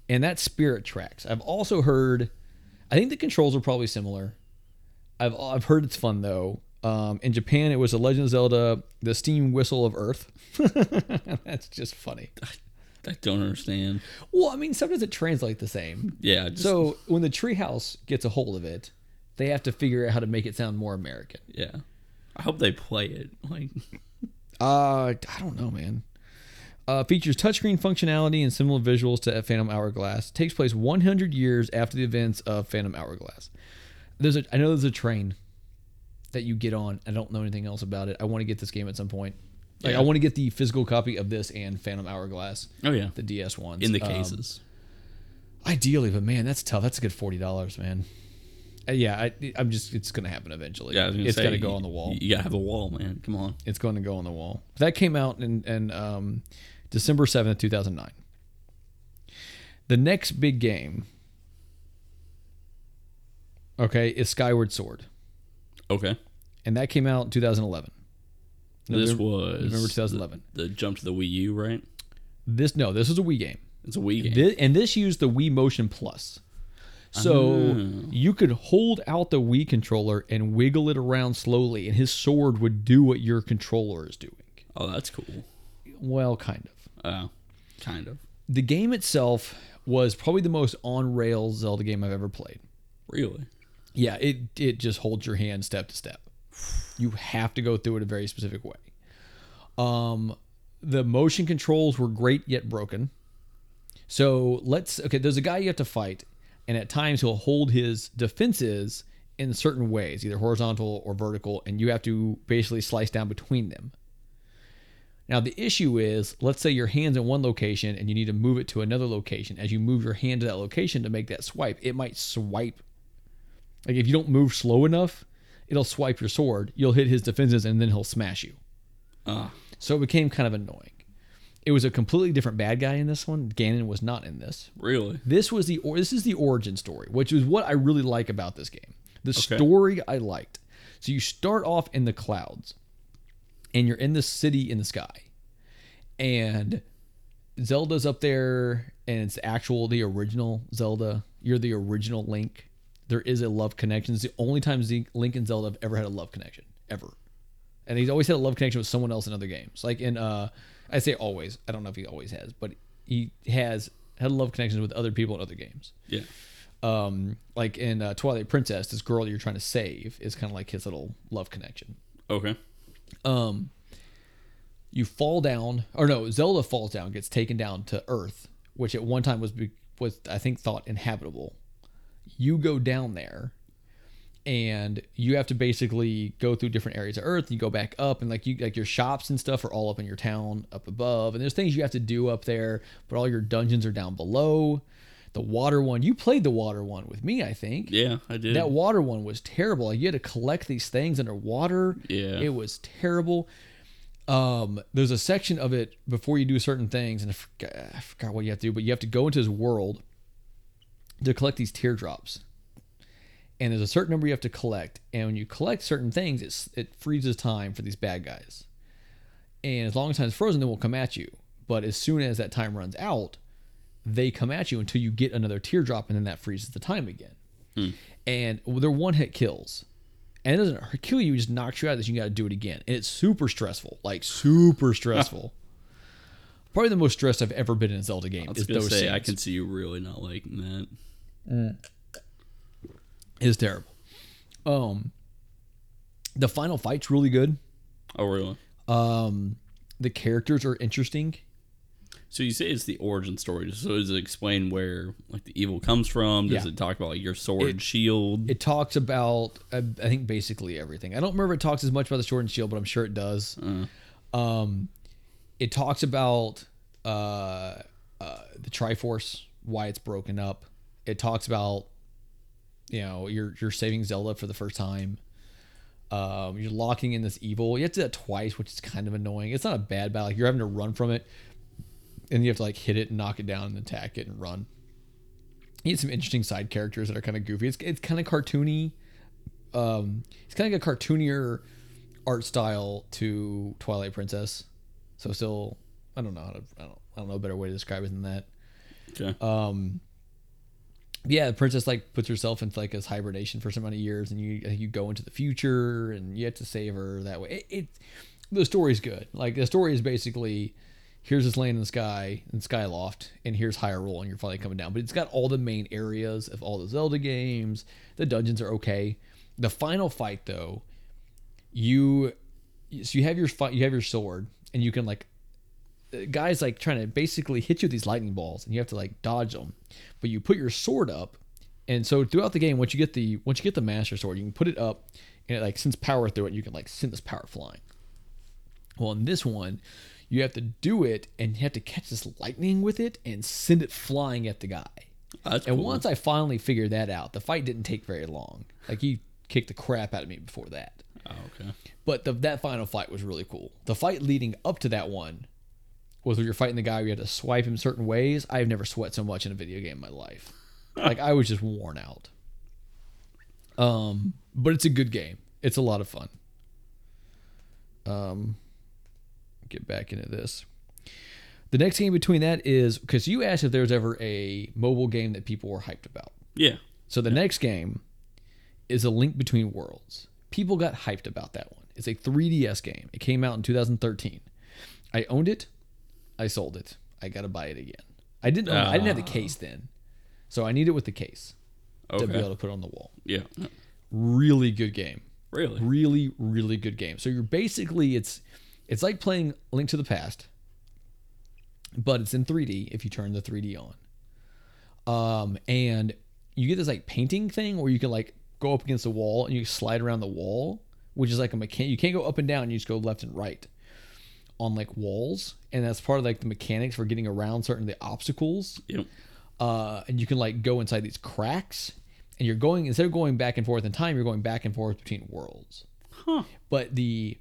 Speaker 1: and that's Spirit Tracks. I've also heard, I think the controls are probably similar. I've I've heard it's fun though. Um, in Japan, it was a Legend of Zelda: The Steam Whistle of Earth. that's just funny.
Speaker 2: I don't understand.
Speaker 1: Well, I mean, sometimes it translates the same.
Speaker 2: Yeah. Just,
Speaker 1: So when the Treehouse gets a hold of it, they have to figure out how to make it sound more American.
Speaker 2: yeah. I hope they play it. Like
Speaker 1: Uh, I don't know, man. Uh, features touchscreen functionality and similar visuals to Phantom Hourglass. Takes place 100 years after the events of Phantom Hourglass. There's a, I know there's a train that you get on. I don't know anything else about it. I want to get this game at some point. Like
Speaker 2: Yeah.
Speaker 1: I want to get the physical copy of this and Phantom Hourglass,
Speaker 2: oh yeah.
Speaker 1: the DS ones.
Speaker 2: In the
Speaker 1: Um,
Speaker 2: cases.
Speaker 1: ideally, but man, that's tough. That's a good forty dollars, man. Uh, yeah, I, I'm just it's gonna happen eventually.
Speaker 2: yeah. I was gonna
Speaker 1: it's
Speaker 2: say,
Speaker 1: gotta go
Speaker 2: you-
Speaker 1: on the wall.
Speaker 2: You gotta have a wall, man. Come on.
Speaker 1: It's going to go on the wall. That came out in, in um, December 7th, 2009. The next big game, okay, is Skyward Sword.
Speaker 2: Okay.
Speaker 1: And that came out in 2011.
Speaker 2: this
Speaker 1: November-
Speaker 2: was
Speaker 1: November 2011.
Speaker 2: The, the jump to the Wii U, right?
Speaker 1: This, no, this is a Wii game.
Speaker 2: It's a Wii game.
Speaker 1: Thi- and this used the Wii Motion Plus. So
Speaker 2: Ah.
Speaker 1: you could hold out the Wii controller and wiggle it around slowly, and his sword would do what your controller is doing.
Speaker 2: oh, that's cool.
Speaker 1: Well, kind of.
Speaker 2: Oh, kind of.
Speaker 1: the game itself was probably the most on rails Zelda game I've ever played.
Speaker 2: Really?
Speaker 1: Yeah, it it just holds your hand step to step. You have to go through it a very specific way. Um, the motion controls were great yet broken. So let's okay. There's a guy you have to fight, and at times he'll hold his defenses in certain ways, either horizontal or vertical, and you have to basically slice down between them. Now the issue is, let's say your hand's in one location and you need to move it to another location. As you move your hand to that location to make that swipe, it might swipe. Like if you don't move slow enough, it'll swipe your sword. You'll hit his defenses and then he'll smash you.
Speaker 2: Ah.
Speaker 1: So it became kind of annoying. It was a completely different bad guy in this one. Ganon was not in this.
Speaker 2: Really?
Speaker 1: This was the or, this is the origin story, which is what I really like about this game. The
Speaker 2: Okay.
Speaker 1: story I liked. So you start off in the clouds, and you're in the city in the sky, and Zelda's up there, and it's actual the original Zelda. You're the original Link. There is a love connection. It's the only time Z- Link and Zelda have ever had a love connection ever, and he's always had a love connection with someone else in other games. Like in, uh, I say always. I don't know if he always has, but he has had love connections with other people in other games.
Speaker 2: Yeah.
Speaker 1: Um, like in uh, Twilight Princess, this girl you're trying to save is kind of like his little love connection
Speaker 2: Okay.
Speaker 1: um you fall down or no zelda falls down gets taken down to earth which at one time was be- was i think thought inhabitable you go down there and you have to basically go through different areas of earth you go back up and like you like your shops and stuff are all up in your town up above and there's things you have to do up there but all your dungeons are down below The water one, you played the water one with me, I think.
Speaker 2: Yeah, I did.
Speaker 1: That water one was terrible. Like you had to collect these things underwater.
Speaker 2: Yeah.
Speaker 1: It was terrible. Um, there's a section of it before you do certain things, and I forgot, I forgot what you have to do, but you have to go into this world to collect these teardrops. And there's a certain number you have to collect, and when you collect certain things, it's, it freezes time for these bad guys. And as long as time's frozen, they won't come at you. But as soon as that time runs out, they come at you until you get another teardrop, and then that freezes the time again
Speaker 2: Hmm.
Speaker 1: and they're one hit kills. And it doesn't hurt- kill you, it just knocks you out of this. You got to do it again. And it's super stressful. Like, super stressful. Probably the most stressed I've ever been in a Zelda game
Speaker 2: I was
Speaker 1: is
Speaker 2: gonna
Speaker 1: those
Speaker 2: say I
Speaker 1: scenes.
Speaker 2: can see you really not liking that.
Speaker 1: It's terrible. Um, the final fight's really good.
Speaker 2: Oh really?
Speaker 1: Um, the characters are interesting.
Speaker 2: So you say it's the origin story. So does it explain where like the evil comes from? Does
Speaker 1: Yeah.
Speaker 2: it talk about like your sword and shield?
Speaker 1: It talks about, I, I think, basically everything. I don't remember it talks as much about the sword and shield, but I'm sure it does. Um, it talks about uh, uh, the Triforce, why it's broken up. It talks about, you know, you're you're saving Zelda for the first time. Um, you're locking in this evil. You have to do that twice, which is kind of annoying. It's not a bad battle. You're having to run from it, and you have to like hit it and knock it down and attack it and run. He had some interesting side characters that are kind of goofy. It's it's kind of cartoony. Um, it's kind of like a cartoonier art style to Twilight Princess. So still, I don't know how to I don't I don't know a better way to describe it than that.
Speaker 2: okay.
Speaker 1: uh,
Speaker 2: Oh,
Speaker 1: Yeah, the princess like puts herself into like this hibernation for some amount of years, and you I think you go into the future, and you have to save her that way. It, it the story's good. Like the story is basically here's this land in the sky in Skyloft, and here's Hyrule, and you're finally coming down. But it's got all the main areas of all the Zelda games. The dungeons are okay. The final fight though, you so you have your fi- you have your sword, and you can like the guys like trying to basically hit you with these lightning balls and you have to like dodge them but you put your sword up and so throughout the game once you get the once you get the master sword you can put it up and it like sends power through it and you can like send this power flying well in this one you have to do it and you have to catch this lightning with it and send it flying at the guy
Speaker 2: That's
Speaker 1: and
Speaker 2: cool.
Speaker 1: once I finally figured that out, the fight didn't take very long. Like he kicked the crap out of me before that.
Speaker 2: oh, okay.
Speaker 1: But the, that final fight was really cool. The fight leading up to that one was where you're fighting the guy where you had to swipe him certain ways. I've never sweat so much in a video game in my life. like I was just worn out. Um, but it's a good game. It's a lot of fun. Um, get back into this. The next game between that is because you asked if there was ever a mobile game that people were hyped about.
Speaker 2: Yeah.
Speaker 1: So the next game is a link between worlds. People got hyped about that one. It's a 3DS game. It came out in 2013. I owned it. I sold it. I gotta buy it again. I didn't. Own it. I didn't have the
Speaker 2: Ah.
Speaker 1: case then, so I need it with the case
Speaker 2: Okay.
Speaker 1: to be able to put on the wall.
Speaker 2: yeah. Uh,
Speaker 1: Really good game.
Speaker 2: Really?
Speaker 1: Really, really good game. So you're basically it's it's like playing Link to the Past, but it's in 3D if you turn the 3D on. Um, and you get this like painting thing where you can like go up against the wall and you slide around the wall, which is like a mechanic. You can't go up and down. You just go left and right on like walls, and that's part of like the mechanics for getting around certain of the obstacles
Speaker 2: Yep.
Speaker 1: uh, and you can like go inside these cracks and you're going instead of going back and forth in time you're going back and forth between worlds
Speaker 2: Huh.
Speaker 1: but the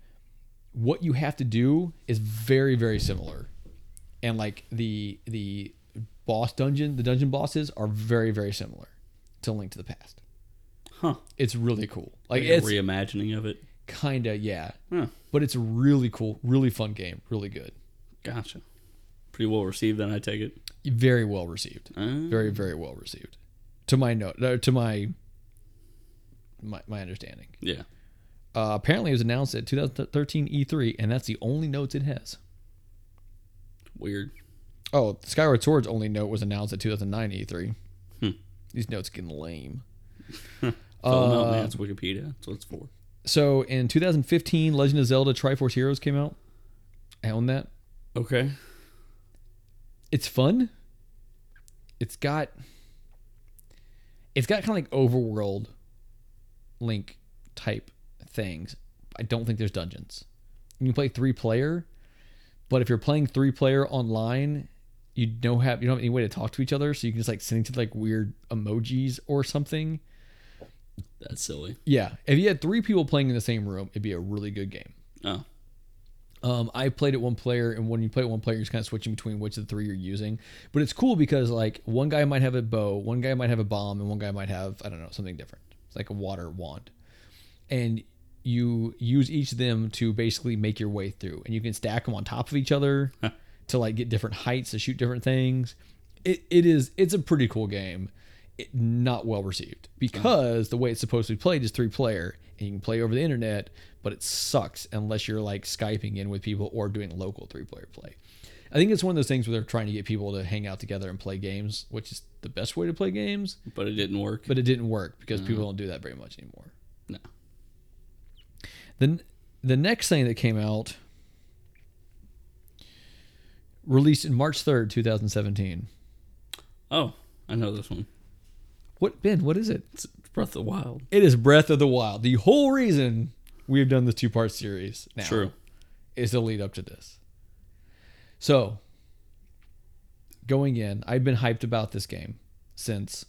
Speaker 1: what you have to do is very very similar and like the the boss dungeon the dungeon bosses are very very similar to link to the past
Speaker 2: Huh.
Speaker 1: it's really cool like
Speaker 2: Like a
Speaker 1: it's
Speaker 2: reimagining of it.
Speaker 1: kinda yeah
Speaker 2: Huh.
Speaker 1: but it's a really cool really fun game really good
Speaker 2: Gotcha. Pretty well received. Then I take it.
Speaker 1: very well received
Speaker 2: Uh,
Speaker 1: very very well received to my note uh, to my my, my understanding
Speaker 2: yeah.
Speaker 1: uh, apparently it was announced at 2013 e3 E and that's the only notes it has
Speaker 2: Weird.
Speaker 1: oh skyward sword's only note was announced at 2009 e3
Speaker 2: Hmm.
Speaker 1: E these notes getting lame Uh,
Speaker 2: Fill 'em out, man. It's Wikipedia. That's what it's for.
Speaker 1: so in 2015 legend of zelda triforce heroes came out i own that
Speaker 2: Okay.
Speaker 1: it's fun it's got it's got kind of like overworld link type things i don't think there's dungeons you can play three player but if you're playing three player online you don't have you don't have any way to talk to each other, so you can just like send each other like weird emojis or something.
Speaker 2: That's silly.
Speaker 1: Yeah, if you had three people playing in the same room, it'd be a really good game.
Speaker 2: Oh,
Speaker 1: Um, I played it one player, and when you play it one player, you're just kind of switching between which of the three you're using. But it's cool because like one guy might have a bow, one guy might have a bomb, and one guy might have I don't know something different. It's like a water wand, and you use each of them to basically make your way through, and you can stack them on top of each other to like get different heights to shoot different things. It it is it's a pretty cool game. It, not well received because the way it's supposed to be played is three player and you can play over the internet, but it sucks unless you're like skyping in with people or doing local three player play. I think it's one of those things where they're trying to get people to hang out together and play games, which is the best way to play games,
Speaker 2: but it didn't work.
Speaker 1: but it didn't work because people don't do that very much anymore.
Speaker 2: Mm-hmm. no.
Speaker 1: Then the next thing that came out released in March 3rd, 2017.
Speaker 2: Oh, I know this one.
Speaker 1: What Ben, what is it?
Speaker 2: It's Breath of the Wild.
Speaker 1: It is Breath of the Wild. The whole reason we've done this two part series now
Speaker 2: True.
Speaker 1: is the lead up to this. So, going in, I've been hyped about this game since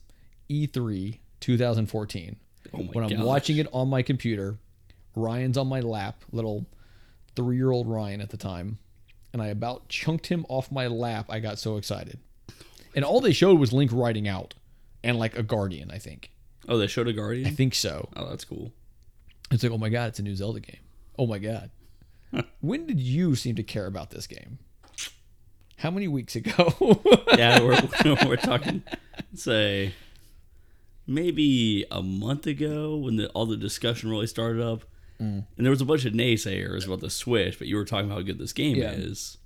Speaker 1: E E3 2014.
Speaker 2: Oh my
Speaker 1: when I'm
Speaker 2: gosh.
Speaker 1: watching it on my computer, Ryan's on my lap, little three year old Ryan at the time, and I about chunked him off my lap. I got so excited. And all they showed was Link riding out and like a guardian, I think.
Speaker 2: Oh, they showed a
Speaker 1: I
Speaker 2: Guardian.
Speaker 1: think so.
Speaker 2: Oh, that's cool.
Speaker 1: It's like, oh my god, it's a new Zelda game. Oh my god. when did you seem to care about this game? How many weeks ago?
Speaker 2: Yeah, we're, we're talking, say, maybe a month ago when the, all the discussion really started up. And there was a bunch of naysayers about the Switch, but you were talking about how good this game
Speaker 1: Yeah.
Speaker 2: is.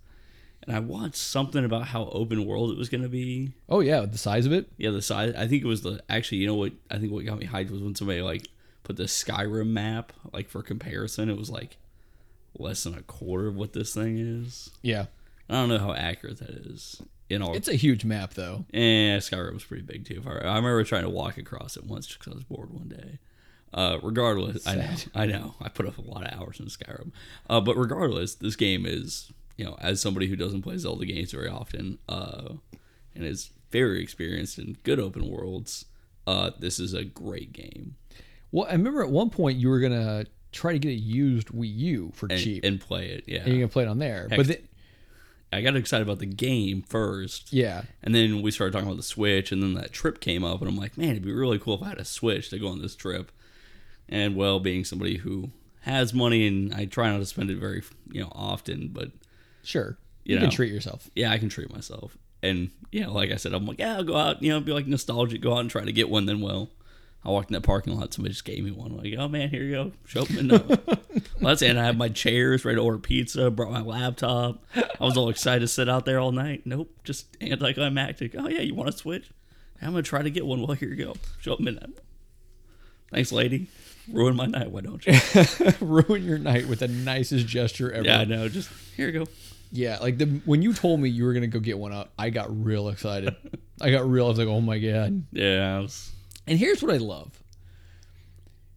Speaker 2: And I watched something about how open world it was going to be.
Speaker 1: oh yeah, the size of it.
Speaker 2: Yeah, the size. I think it was the actually. You know what? I think what got me hyped was when somebody like put the Skyrim map like for comparison. It was like less than a quarter of what this thing is.
Speaker 1: Yeah.
Speaker 2: I don't know how accurate that is. In all,
Speaker 1: It's a huge map though.
Speaker 2: eh, Skyrim was pretty big too. If I, I remember trying to walk across it once because I was bored one day. Uh, regardless, I know, I know, I put up a lot of hours in Skyrim. Uh, but regardless, this game is, you know, as somebody who doesn't play Zelda games very often, uh, and is very experienced in good open worlds, uh, this is a great game
Speaker 1: Well, I remember at one point you were gonna try to get a used Wii U for
Speaker 2: and,
Speaker 1: cheap.
Speaker 2: and play it. Yeah,
Speaker 1: and you're gonna play it on there. But then,
Speaker 2: I got excited about the game first.
Speaker 1: yeah.
Speaker 2: And then we started talking about the Switch, and then that trip came up, and I'm like, man, it'd be really cool if I had a Switch to go on this trip. And well, being somebody who has money, and I try not to spend it very, you know, often, but
Speaker 1: Sure. You,
Speaker 2: You
Speaker 1: can
Speaker 2: know.
Speaker 1: treat yourself.
Speaker 2: yeah, I can treat myself. And yeah, like I said, I'm like, yeah, I'll go out, you know, be like nostalgic, go out and try to get one. Then, well, I walked in that parking lot, somebody just gave me one. like, oh man, here you go, show up and no. well, that's it. And I had my chairs ready to order pizza, brought my laptop. I was all excited to sit out there all night. Nope, just anticlimactic. Oh yeah, you want to switch? I'm gonna try to get one. Well, here you go, show up midnight. Thanks, lady. Ruined my night. Why don't you?
Speaker 1: Ruin your night with the nicest gesture ever.
Speaker 2: yeah, I know. Just here you go.
Speaker 1: Yeah, like the when you told me you were gonna go get one up, I got real excited. I got real I was like, oh my god.
Speaker 2: Yeah, I was.
Speaker 1: And here's what I love.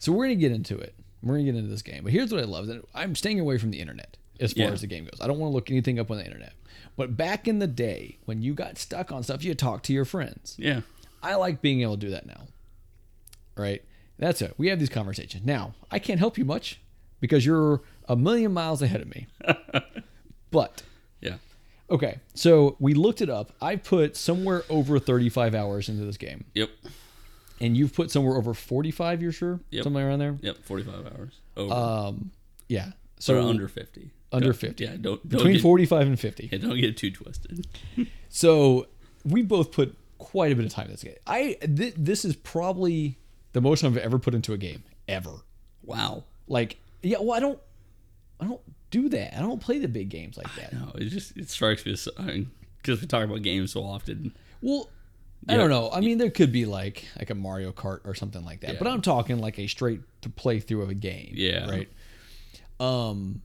Speaker 1: So we're gonna get into it. We're gonna get into this game. But here's what I love. that I'm staying away from the internet as far
Speaker 2: Yeah.
Speaker 1: as the game goes. I don't want to look anything up on the internet. But back in the day, when you got stuck on stuff, you talked to your friends.
Speaker 2: Yeah,
Speaker 1: I like being able to do that now. Right? That's it. We have these conversations. Now, I can't help you much because you're a million miles ahead of me. but
Speaker 2: yeah.
Speaker 1: okay, so we looked it up. I put somewhere over 35 hours into this game,
Speaker 2: Yep.
Speaker 1: and you've put somewhere over 45. You're sure?
Speaker 2: Yep.
Speaker 1: Somewhere around there.
Speaker 2: Yep, 45 hours. Over.
Speaker 1: Yeah.
Speaker 2: or
Speaker 1: So
Speaker 2: under 50.
Speaker 1: Um, under
Speaker 2: Don't-
Speaker 1: 50.
Speaker 2: Yeah, don't, don't
Speaker 1: between
Speaker 2: get,
Speaker 1: 45 and 50.
Speaker 2: yeah, don't get too twisted.
Speaker 1: So we both put quite a bit of time in this game. I th- this is probably the most I've ever put into a game ever.
Speaker 2: Wow.
Speaker 1: Like, yeah, well, I don't, I don't do that. I don't play the big games like that.
Speaker 2: No, it just it strikes me as because we talk about games so often.
Speaker 1: Well, I don't know. I mean, there could be like like a Mario Kart or something like that, but I'm talking like a straight to playthrough of a game.
Speaker 2: Yeah.
Speaker 1: Right. Um,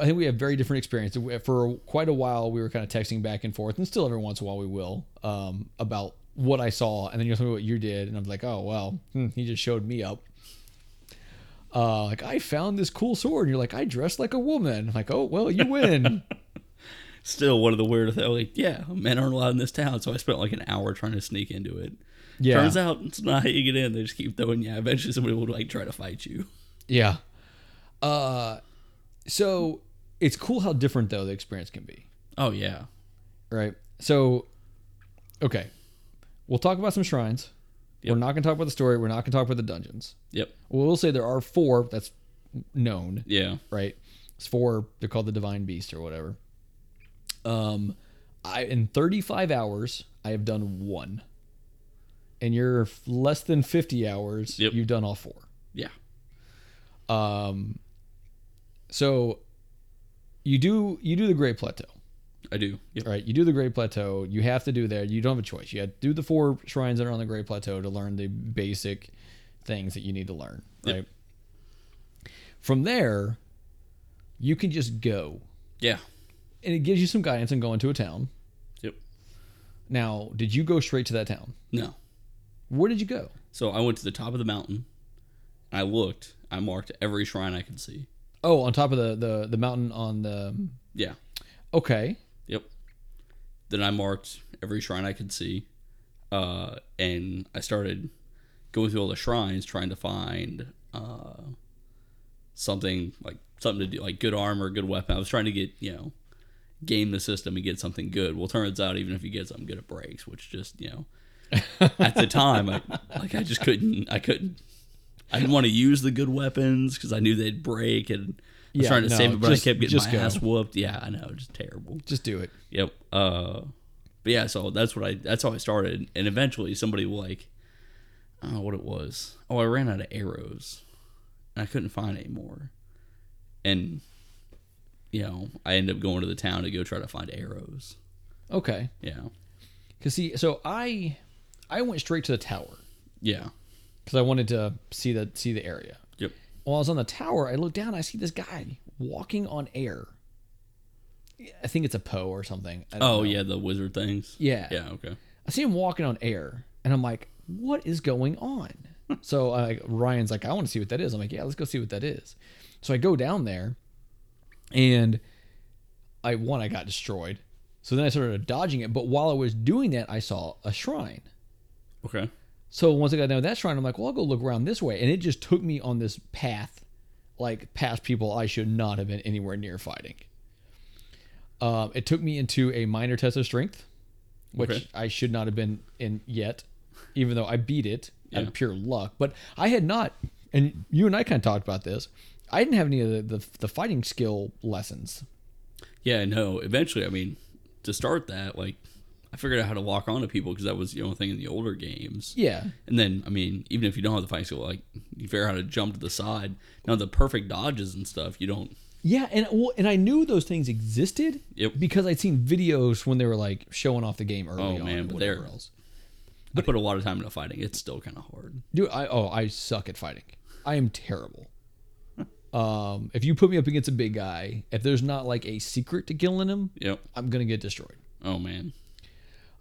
Speaker 1: I think we have very different experiences. We- For quite a while, we were kind of texting back and forth, and still every once in a while we will um, about what I saw, and then you'll tell me what you did, and I'm like, oh well, hmm, he just showed me up. Uh, like I found this cool sword, and you're like, I dressed like a woman. I'm like, oh well, you win.
Speaker 2: still one of the weirder things. Like, yeah, men aren't allowed in this town, so I spent like an hour trying to sneak into it.
Speaker 1: Yeah.
Speaker 2: Turns out it's not how you get in. They just keep throwing you. out. Eventually, somebody will like try to fight you.
Speaker 1: Yeah. Uh, so it's cool how different though the experience can be,
Speaker 2: Oh yeah,
Speaker 1: right? So, okay, we'll talk about some shrines. We're not gonna talk about the story. We're not gonna talk about the dungeons.
Speaker 2: yep,
Speaker 1: Well, we'll say there are four that's known,
Speaker 2: yeah,
Speaker 1: right? It's four. They're called the Divine Beast or whatever. Um, I in 35 hours I have done one. In your f- less than 50 hours,
Speaker 2: Yep.
Speaker 1: you've done all four.
Speaker 2: yeah,
Speaker 1: Um, so you do you do the Great Plateau,
Speaker 2: I do. Yep.
Speaker 1: right? You do the Great Plateau. You have to do there. You don't have a choice. You have to do the four shrines that are on the Great Plateau to learn the basic things that you need to learn,
Speaker 2: Yep.
Speaker 1: right? From there, you can just go,
Speaker 2: Yeah,
Speaker 1: and it gives you some guidance on going to a town.
Speaker 2: yep.
Speaker 1: Now, did you go straight to that town?
Speaker 2: No,
Speaker 1: Where did you go?
Speaker 2: so I went to the top of the mountain. I looked. I marked every shrine I could see.
Speaker 1: Oh, on top of the the, the mountain on the.
Speaker 2: Yeah,
Speaker 1: Okay.
Speaker 2: Yep. Then I marked every shrine I could see, uh, and I started going through all the shrines trying to find uh, something like something to do, like good armor, good weapon. I was trying to get you know game the system and get something good. Well, turns out even if you get something good, it breaks, which just you know at the time I like I just couldn't I couldn't. I didn't want to use the good weapons because I knew they'd break, and I was
Speaker 1: Yeah,
Speaker 2: trying to
Speaker 1: no,
Speaker 2: save it, but
Speaker 1: just-
Speaker 2: I kept getting
Speaker 1: just
Speaker 2: my
Speaker 1: go.
Speaker 2: ass whooped. Yeah, I know, just terrible.
Speaker 1: Just do it.
Speaker 2: Yep. Uh, but yeah, so that's what I that's how I started, and eventually somebody like, I don't know what it was. Oh, I ran out of arrows, and I couldn't find any more, and you know I ended up going to the town to go try to find arrows.
Speaker 1: Okay.
Speaker 2: Yeah,
Speaker 1: Cause see, so I, I went straight to the tower
Speaker 2: yeah,
Speaker 1: because I wanted to see the see the area.
Speaker 2: yep,
Speaker 1: While I was on the tower, I looked down. I see this guy walking on air. I think it's a Poe or something. I don't
Speaker 2: Oh
Speaker 1: know.
Speaker 2: yeah, the wizard things.
Speaker 1: Yeah.
Speaker 2: Yeah. Okay.
Speaker 1: I see him walking on air, and I'm like, "What is going on?" so I, Ryan's like, "I want to see what that is." I'm like, "Yeah, let's go see what that is." So I go down there, and I one I got destroyed. So then I started dodging it. But while I was doing that, I saw a shrine.
Speaker 2: Okay.
Speaker 1: So once I got down with that shrine, I'm like, well, I'll go look around this way. And it just took me on this path, like past people I should not have been anywhere near fighting. Um, it took me into a minor test of strength, which
Speaker 2: Okay.
Speaker 1: I should not have been in yet, even though I beat it out
Speaker 2: Yeah.
Speaker 1: of pure luck. But I had not, and you and I kind of talked about this. I didn't have any of the, the, the fighting skill lessons.
Speaker 2: Yeah. No. Eventually, I mean, to start that, like, I figured out how to lock onto people because that was the only thing in the older games.
Speaker 1: Yeah.
Speaker 2: And then, I mean, even if you don't have the fighting skill, like you figure out how to jump to the side. Now the perfect dodges and stuff, you don't.
Speaker 1: Yeah, and well, and I knew those things existed
Speaker 2: Yep.
Speaker 1: because I'd seen videos when they were like showing off the game early
Speaker 2: Oh,
Speaker 1: on.
Speaker 2: man,
Speaker 1: and
Speaker 2: but
Speaker 1: whatever
Speaker 2: they're-
Speaker 1: else.
Speaker 2: I put a lot of time into fighting. It's still kind of hard.
Speaker 1: Dude, I oh I suck at fighting. I am terrible. Um, if you put me up against a big guy, if there's not like a secret to killing him,
Speaker 2: Yep.
Speaker 1: I'm gonna get destroyed.
Speaker 2: Oh man.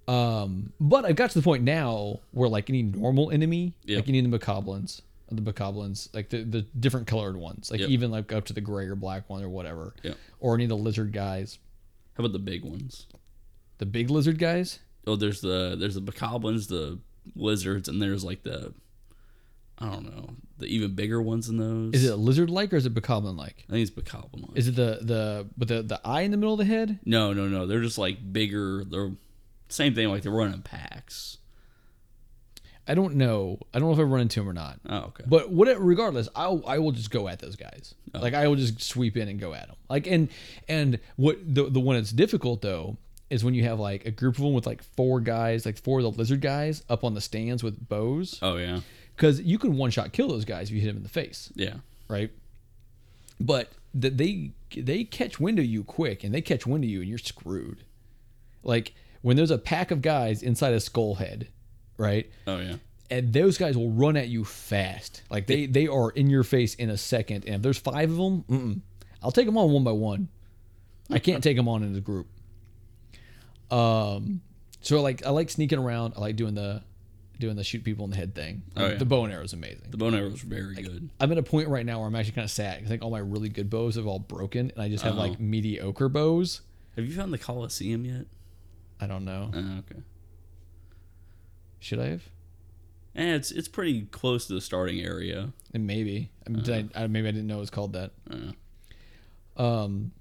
Speaker 1: Um, but I've got to the point now where like any normal enemy,
Speaker 2: Yeah.
Speaker 1: like any of the bokoblins, the bokoblins, like the, the different colored ones, like
Speaker 2: Yep.
Speaker 1: even like up to the gray or black one or whatever,
Speaker 2: Yep.
Speaker 1: or any of the lizard guys,
Speaker 2: How about the big ones?
Speaker 1: the big lizard guys.
Speaker 2: Oh, there's the there's the bokoblins, the lizards, and there's like the, I don't know, the even bigger ones than those.
Speaker 1: Is it lizard like or is it bokoblin like?
Speaker 2: I think it's bokoblin.
Speaker 1: Is it the the with the the eye in the middle of the head?
Speaker 2: no, no, no. They're just like bigger. They're same thing. Like they're running packs.
Speaker 1: I don't know. I don't know if I run into him or not.
Speaker 2: Oh, okay.
Speaker 1: But what, regardless, I I will just go at those guys. Like I will just sweep in and go at them. Like and and what the the one that's difficult though is when you have like a group of them with like four guys, like four of the lizard guys up on the stands with bows,
Speaker 2: oh yeah,
Speaker 1: because you can one shot kill those guys if you hit them in the face,
Speaker 2: yeah,
Speaker 1: right? But that they they catch wind of you quick, and they catch wind of you, and you're screwed. Like when there's a pack of guys inside a skull head, right?
Speaker 2: oh yeah,
Speaker 1: and those guys will run at you fast. Like they they are in your face in a second. And if there's five of them, mm-mm. I'll take them on one by one. I can't take them on in a group. Um, so like I like sneaking around. I like doing the doing the shoot people in the head thing.
Speaker 2: Oh, yeah.
Speaker 1: The bow and arrow is amazing.
Speaker 2: the bone arrows are very good.
Speaker 1: I'm at a point right now where I'm actually kind of sad. 'cause I think all my really good bows have all broken, and I just have like mediocre bows.
Speaker 2: Have you found the Coliseum yet?
Speaker 1: I don't know.
Speaker 2: Uh, okay.
Speaker 1: Should I have?
Speaker 2: Eh, it's it's pretty close to the starting area.
Speaker 1: And Eh, maybe. I mean, did I, I, maybe I didn't know it was called that.
Speaker 2: Uh,
Speaker 1: Um,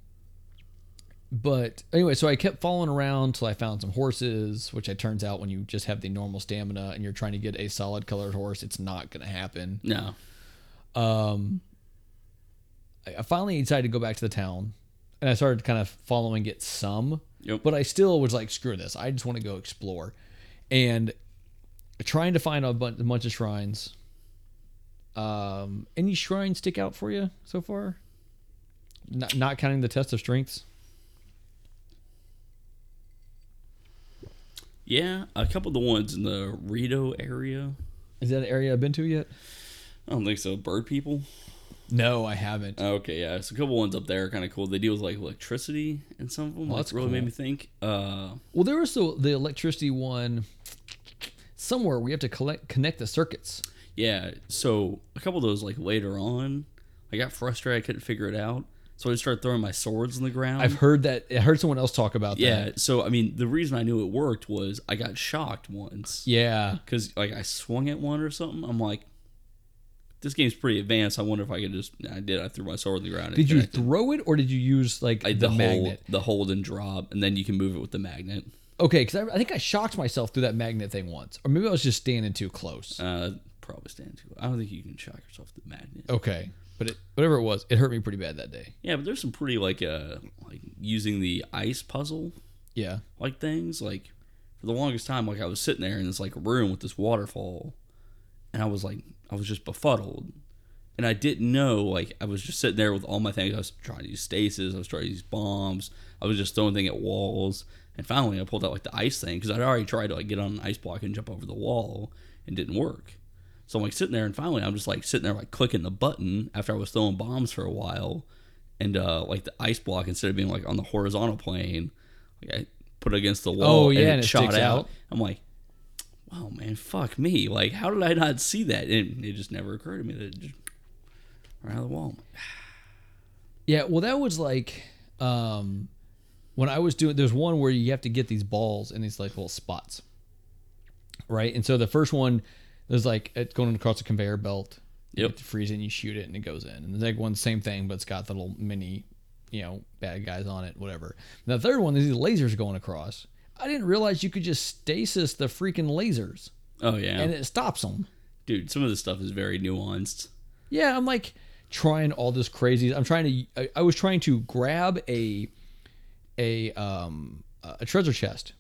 Speaker 1: but anyway, so I kept following around till I found some horses, which it turns out when you just have the normal stamina and you're trying to get a solid colored horse, it's not going to happen.
Speaker 2: no.
Speaker 1: I I finally decided to go back to the town and I started kind of following it some,
Speaker 2: Yep.
Speaker 1: but I still was like, screw this. I just want to go explore. And trying to find a bunch, a bunch of shrines. Um, any shrines stick out for you so far? Not, not counting the test of strengths.
Speaker 2: Yeah, a couple of the ones in the Rito area.
Speaker 1: Is that an area I've been to yet?
Speaker 2: I don't think so. Bird people. Oh,
Speaker 1: No, I haven't.
Speaker 2: Okay, yeah. So a couple ones up there are kind of cool. They deal with like electricity and some of them. like,
Speaker 1: Oh, that's
Speaker 2: really made
Speaker 1: cool.
Speaker 2: me think. Uh,
Speaker 1: Well, there was the, the electricity one somewhere we have to collect, connect the circuits.
Speaker 2: yeah. So a couple of those like later on, I got frustrated. I couldn't figure it out, so I just started throwing my swords in the ground.
Speaker 1: I've heard that. I heard someone else talk about
Speaker 2: yeah.
Speaker 1: that.
Speaker 2: So I mean, the reason I knew it worked was I got shocked once
Speaker 1: Yeah.
Speaker 2: because like I swung at one or something. I'm like, this game's pretty advanced. I wonder if I could just. I did. I threw my sword in the ground. and
Speaker 1: Did you
Speaker 2: connected.
Speaker 1: throw it or did you use like
Speaker 2: I,
Speaker 1: the,
Speaker 2: the, hold,
Speaker 1: magnet?
Speaker 2: the hold and drop, and then you can move it with the magnet.
Speaker 1: Okay, because I, I think I shocked myself through that magnet thing once, or maybe I was just standing too close.
Speaker 2: Uh, probably stand too. I don't think you can shock yourself with the magnet.
Speaker 1: Okay, but it, whatever it was, it hurt me pretty bad that day.
Speaker 2: Yeah, but there's some pretty like uh like using the ice puzzle
Speaker 1: Yeah,
Speaker 2: like things like for the longest time like I was sitting there in this like room with this waterfall, and I was like I was just befuddled, and I didn't know like I was just sitting there with all my things. I was trying to use stasis. I was trying to use bombs. I was just throwing thing at walls, and finally I pulled out like the ice thing because I'd already tried to like get on an ice block and jump over the wall, and didn't work. So I'm like sitting there, and finally I'm just like sitting there, like clicking the button after I was throwing bombs for a while, and uh, like the ice block instead of being like on the horizontal plane, like I put it against the wall.
Speaker 1: Oh, yeah,
Speaker 2: and it,
Speaker 1: and it
Speaker 2: shot
Speaker 1: sticks
Speaker 2: out.
Speaker 1: out.
Speaker 2: I'm like, wow, man, fuck me! Like, how did I not see that? And it just never occurred to me that it just right out of the wall.
Speaker 1: yeah. Well, that was like um, when I was doing. There's one where you have to get these balls in these like little spots, right? And so the first one, there's like it's going across a conveyor belt. You
Speaker 2: Yep.
Speaker 1: have to freeze it and you shoot it and it goes in. And the second one, same thing, but it's got the little mini, you know, bad guys on it, whatever. And the third one, there's these lasers going across. I didn't realize you could just stasis the freaking lasers
Speaker 2: Oh yeah,
Speaker 1: and it stops them.
Speaker 2: dude, some of this stuff is very nuanced.
Speaker 1: Yeah, I'm like trying all this crazy. I'm trying to. I, I was trying to grab a a um a treasure chest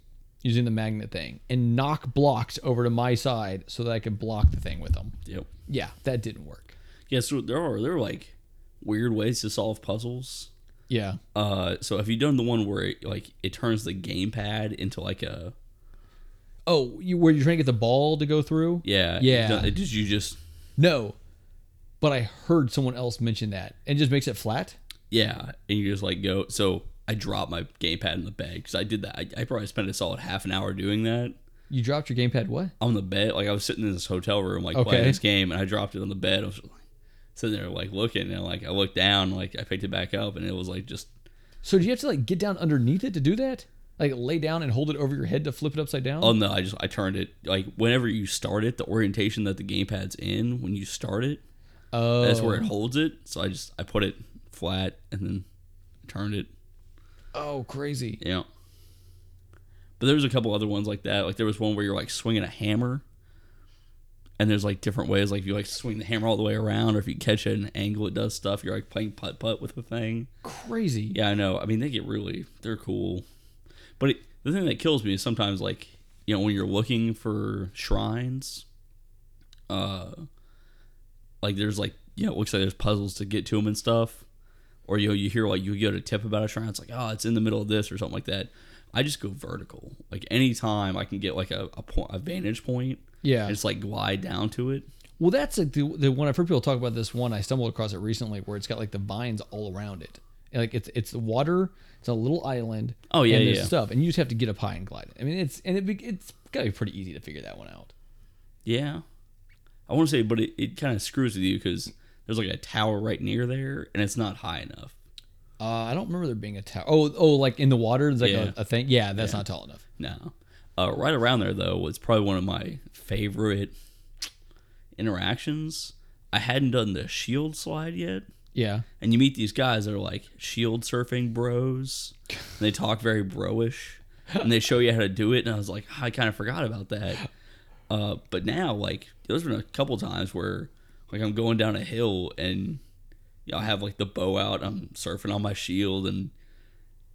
Speaker 1: using the magnet thing and knock blocks over to my side so that I could block the thing with them.
Speaker 2: Yep.
Speaker 1: Yeah, that didn't work.
Speaker 2: Yeah, so there are there are like weird ways to solve puzzles.
Speaker 1: Yeah.
Speaker 2: Uh, so have you done the one where it, like it turns the gamepad into like a
Speaker 1: Oh, you were you trying to get the ball to go through?
Speaker 2: yeah
Speaker 1: Yeah.
Speaker 2: It, done- it just you just
Speaker 1: No. But I heard someone else mention that. and just makes it flat?
Speaker 2: yeah, and you just like go. So I dropped my gamepad in the bed because I did that. I, I probably spent a solid half an hour doing that
Speaker 1: You dropped your gamepad what?
Speaker 2: on the bed. Like I was sitting in this hotel room, like
Speaker 1: Okay.
Speaker 2: playing this game, and I dropped it on the bed. I was like, sitting there like looking, and like I looked down, like I picked it back up, and it was like just
Speaker 1: So do you have to like get down underneath it to do that? Like lay down and hold it over your head to flip it upside down?
Speaker 2: Oh no, I just I turned it like whenever you start it, the orientation that the gamepad's in when you start it,
Speaker 1: Oh.
Speaker 2: that's where it holds it. So I just I put it flat and then turned it.
Speaker 1: oh, crazy.
Speaker 2: Yeah. But there's a couple other ones like that. Like there was one where you're like swinging a hammer, and there's like different ways. Like if you like swing the hammer all the way around, or if you catch it at an angle, it does stuff. You're like playing putt putt with the thing.
Speaker 1: Crazy.
Speaker 2: Yeah, I know. I mean, they get really they're cool, but it, the thing that kills me is sometimes like you know when you're looking for shrines, uh, like there's like yeah, it looks like there's puzzles to get to them and stuff, or you know, you hear like you get a tip about a shrine, it's like oh it's in the middle of this or something like that. I just go vertical. Like anytime I can get like a a, point, a vantage point,
Speaker 1: Yeah.
Speaker 2: and just like glide down to it.
Speaker 1: Well, that's like the, the one I've heard people talk about. This one I stumbled across it recently, where it's got like the vines all around it. And, like it's it's water. It's a little island.
Speaker 2: Oh, yeah,
Speaker 1: and
Speaker 2: yeah,
Speaker 1: there's
Speaker 2: yeah.
Speaker 1: Stuff, and you just have to get up high and glide. it. I mean, it's and it be- it's gotta be pretty easy to figure that one out.
Speaker 2: Yeah. I want to say, but it, it kind of screws with you because there's like a tower right near there and it's not high enough.
Speaker 1: Uh, I don't remember there being a tower. Oh, oh, like in the water, there's like
Speaker 2: Yeah.
Speaker 1: a, a thing. Yeah, that's not tall enough.
Speaker 2: No. Uh, right around there, though, was probably one of my favorite interactions. I hadn't done the shield slide yet.
Speaker 1: Yeah,
Speaker 2: And you meet these guys that are like shield surfing bros. And they talk very broish. And they show you how to do it. And I was like, I kind of forgot about that. Uh, but now, like, there's been a couple times where, like, I'm going down a hill and you know, I have, like, the bow out. I'm surfing on my shield. And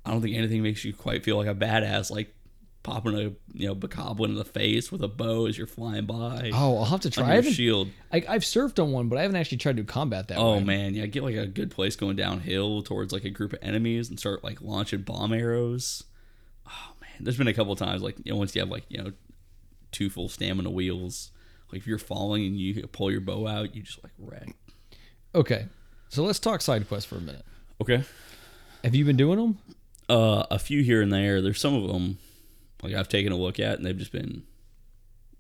Speaker 2: I don't think anything makes you quite feel like a badass, like, popping a, you know, bokoblin in the face with a bow as you're flying by.
Speaker 1: Oh, I'll have to
Speaker 2: on
Speaker 1: try. I
Speaker 2: your
Speaker 1: haven't-
Speaker 2: shield.
Speaker 1: I, I've surfed on one, but I haven't actually tried to combat that.
Speaker 2: Oh
Speaker 1: way.
Speaker 2: man, yeah, get like a good place going downhill towards like a group of enemies and start like launching bomb arrows. Oh man, there's been a couple times like you know once you have like you know two full stamina wheels, like if you're falling and you pull your bow out, you just like wreck.
Speaker 1: Okay, so let's talk side quests for a minute.
Speaker 2: Okay.
Speaker 1: Have you been doing them?
Speaker 2: Uh, a few here and there. There's some of them like I've taken a look at and they've just been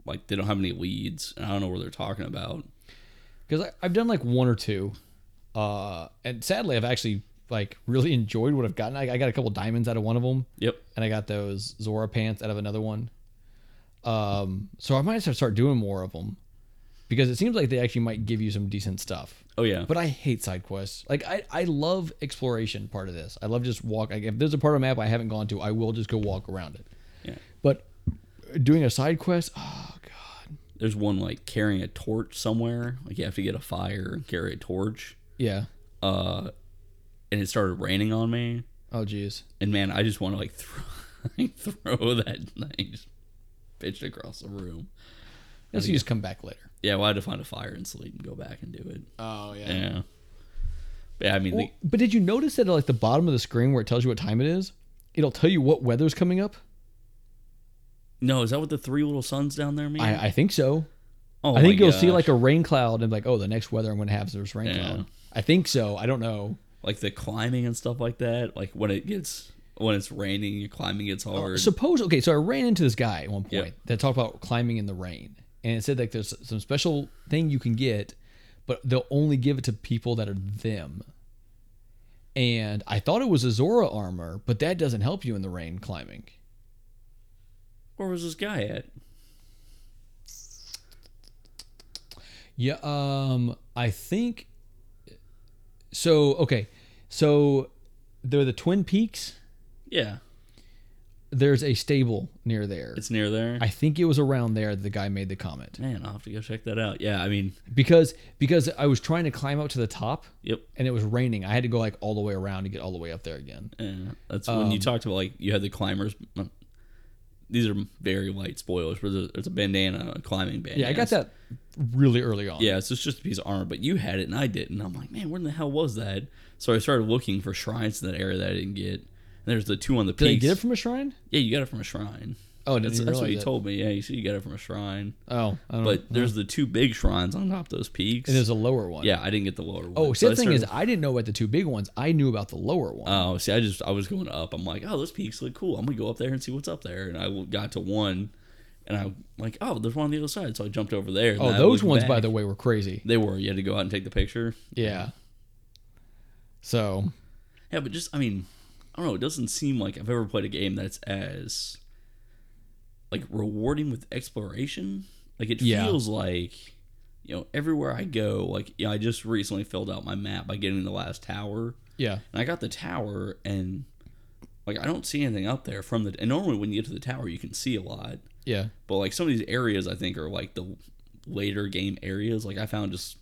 Speaker 2: like they don't have any leads and I don't know what they're talking about.
Speaker 1: Because I've done like one or two, uh, and sadly, I've actually like really enjoyed what I've gotten. I, I got a couple diamonds out of one of them,
Speaker 2: Yep.
Speaker 1: and I got those Zora pants out of another one. Um, so I might have to start doing more of them because it seems like they actually might give you some decent stuff.
Speaker 2: Oh yeah.
Speaker 1: But I hate side quests. Like I, I love exploration part of this. I love just walk. Like, if there's a part of the map I haven't gone to, I will just go walk around it.
Speaker 2: Yeah.
Speaker 1: But doing a side quest, oh god,
Speaker 2: There's one like carrying a torch somewhere. Like you have to get a fire and carry a torch.
Speaker 1: yeah.
Speaker 2: uh, and it started raining on me.
Speaker 1: Oh jeez.
Speaker 2: And man, I just want to like throw, like, throw that thing, just pitch it across the room.
Speaker 1: Guess you just come back later.
Speaker 2: Yeah, well, I had to find a fire and sleep and go back and do it.
Speaker 1: Oh
Speaker 2: Yeah. But, yeah, I mean, the,
Speaker 1: But did you notice that at like the bottom of the screen where it tells you what time it is, it'll tell you what weather's coming up?
Speaker 2: no, is that what the three little suns down there mean?
Speaker 1: I, I think so.
Speaker 2: oh,
Speaker 1: I think
Speaker 2: my
Speaker 1: you'll see
Speaker 2: gosh.
Speaker 1: like a rain cloud and like, oh, the next weather I'm going to have is this rain
Speaker 2: Yeah.
Speaker 1: cloud. I think so. I don't know.
Speaker 2: like the climbing and stuff like that. Like when it gets when it's raining, your climbing gets hard.
Speaker 1: Suppose okay, Oh, so I ran into this guy at one point
Speaker 2: Yeah.
Speaker 1: that talked about climbing in the rain, and it said like there's some special thing you can get, but they'll only give it to people that are them. And I thought it was Azora armor, but that doesn't help you in the rain climbing.
Speaker 2: Where was this guy at?
Speaker 1: Yeah, um, I think. So okay, so they're the Twin Peaks.
Speaker 2: Yeah,
Speaker 1: There's a stable near there.
Speaker 2: it's near there.
Speaker 1: I think it was around there that the guy made the comment
Speaker 2: man, I'll have to go check that out. Yeah, I mean,
Speaker 1: because because I was trying to climb up to the top
Speaker 2: yep.
Speaker 1: and it was raining. I had to go like all the way around to get all the way up there again.
Speaker 2: Yeah, that's when
Speaker 1: Um,
Speaker 2: you talked about like you had the climbers. uh, These are very light spoilers, but there's a, there's a bandana, a climbing bandana.
Speaker 1: Yeah, I got that really early on.
Speaker 2: Yeah, so it's just a piece of armor, but you had it and I didn't. I'm like, man, where in the hell was that? So I started looking for shrines in that area that I didn't get. And there's the two on the
Speaker 1: did I
Speaker 2: peaks.
Speaker 1: get it from a shrine?
Speaker 2: yeah, you got it from a shrine.
Speaker 1: Oh, I didn't
Speaker 2: that's,
Speaker 1: even
Speaker 2: that's what
Speaker 1: realize
Speaker 2: you
Speaker 1: it.
Speaker 2: told me. Yeah, you said you got it from a shrine.
Speaker 1: Oh, I don't
Speaker 2: But
Speaker 1: know.
Speaker 2: there's the two big shrines on top of those peaks.
Speaker 1: And there's a lower one.
Speaker 2: yeah, I didn't get the lower one.
Speaker 1: Oh, see,
Speaker 2: So
Speaker 1: the
Speaker 2: I
Speaker 1: thing is,
Speaker 2: started-
Speaker 1: I didn't know about the two big ones. I knew about the lower one.
Speaker 2: Oh, see, I just I was going up. I'm like, oh, those peaks look cool. I'm gonna go up there and see what's up there. And I got to one, and I'm like, oh, there's one on the other side. So I jumped over there.
Speaker 1: oh, those ones, by the way, were crazy.
Speaker 2: they were. You had to go out and take the picture.
Speaker 1: Yeah. So
Speaker 2: Yeah, but just I mean, I don't know. It doesn't seem like I've ever played a game that's as like rewarding with exploration. Like it
Speaker 1: Yeah.
Speaker 2: feels like you know everywhere I go. Like you know, I just recently filled out my map by getting the last tower.
Speaker 1: yeah,
Speaker 2: And I got the tower, and like I don't see anything up there from the. And normally when you get to the tower, you can see a lot.
Speaker 1: yeah,
Speaker 2: But like some of these areas, I think are like the later game areas. Like I found just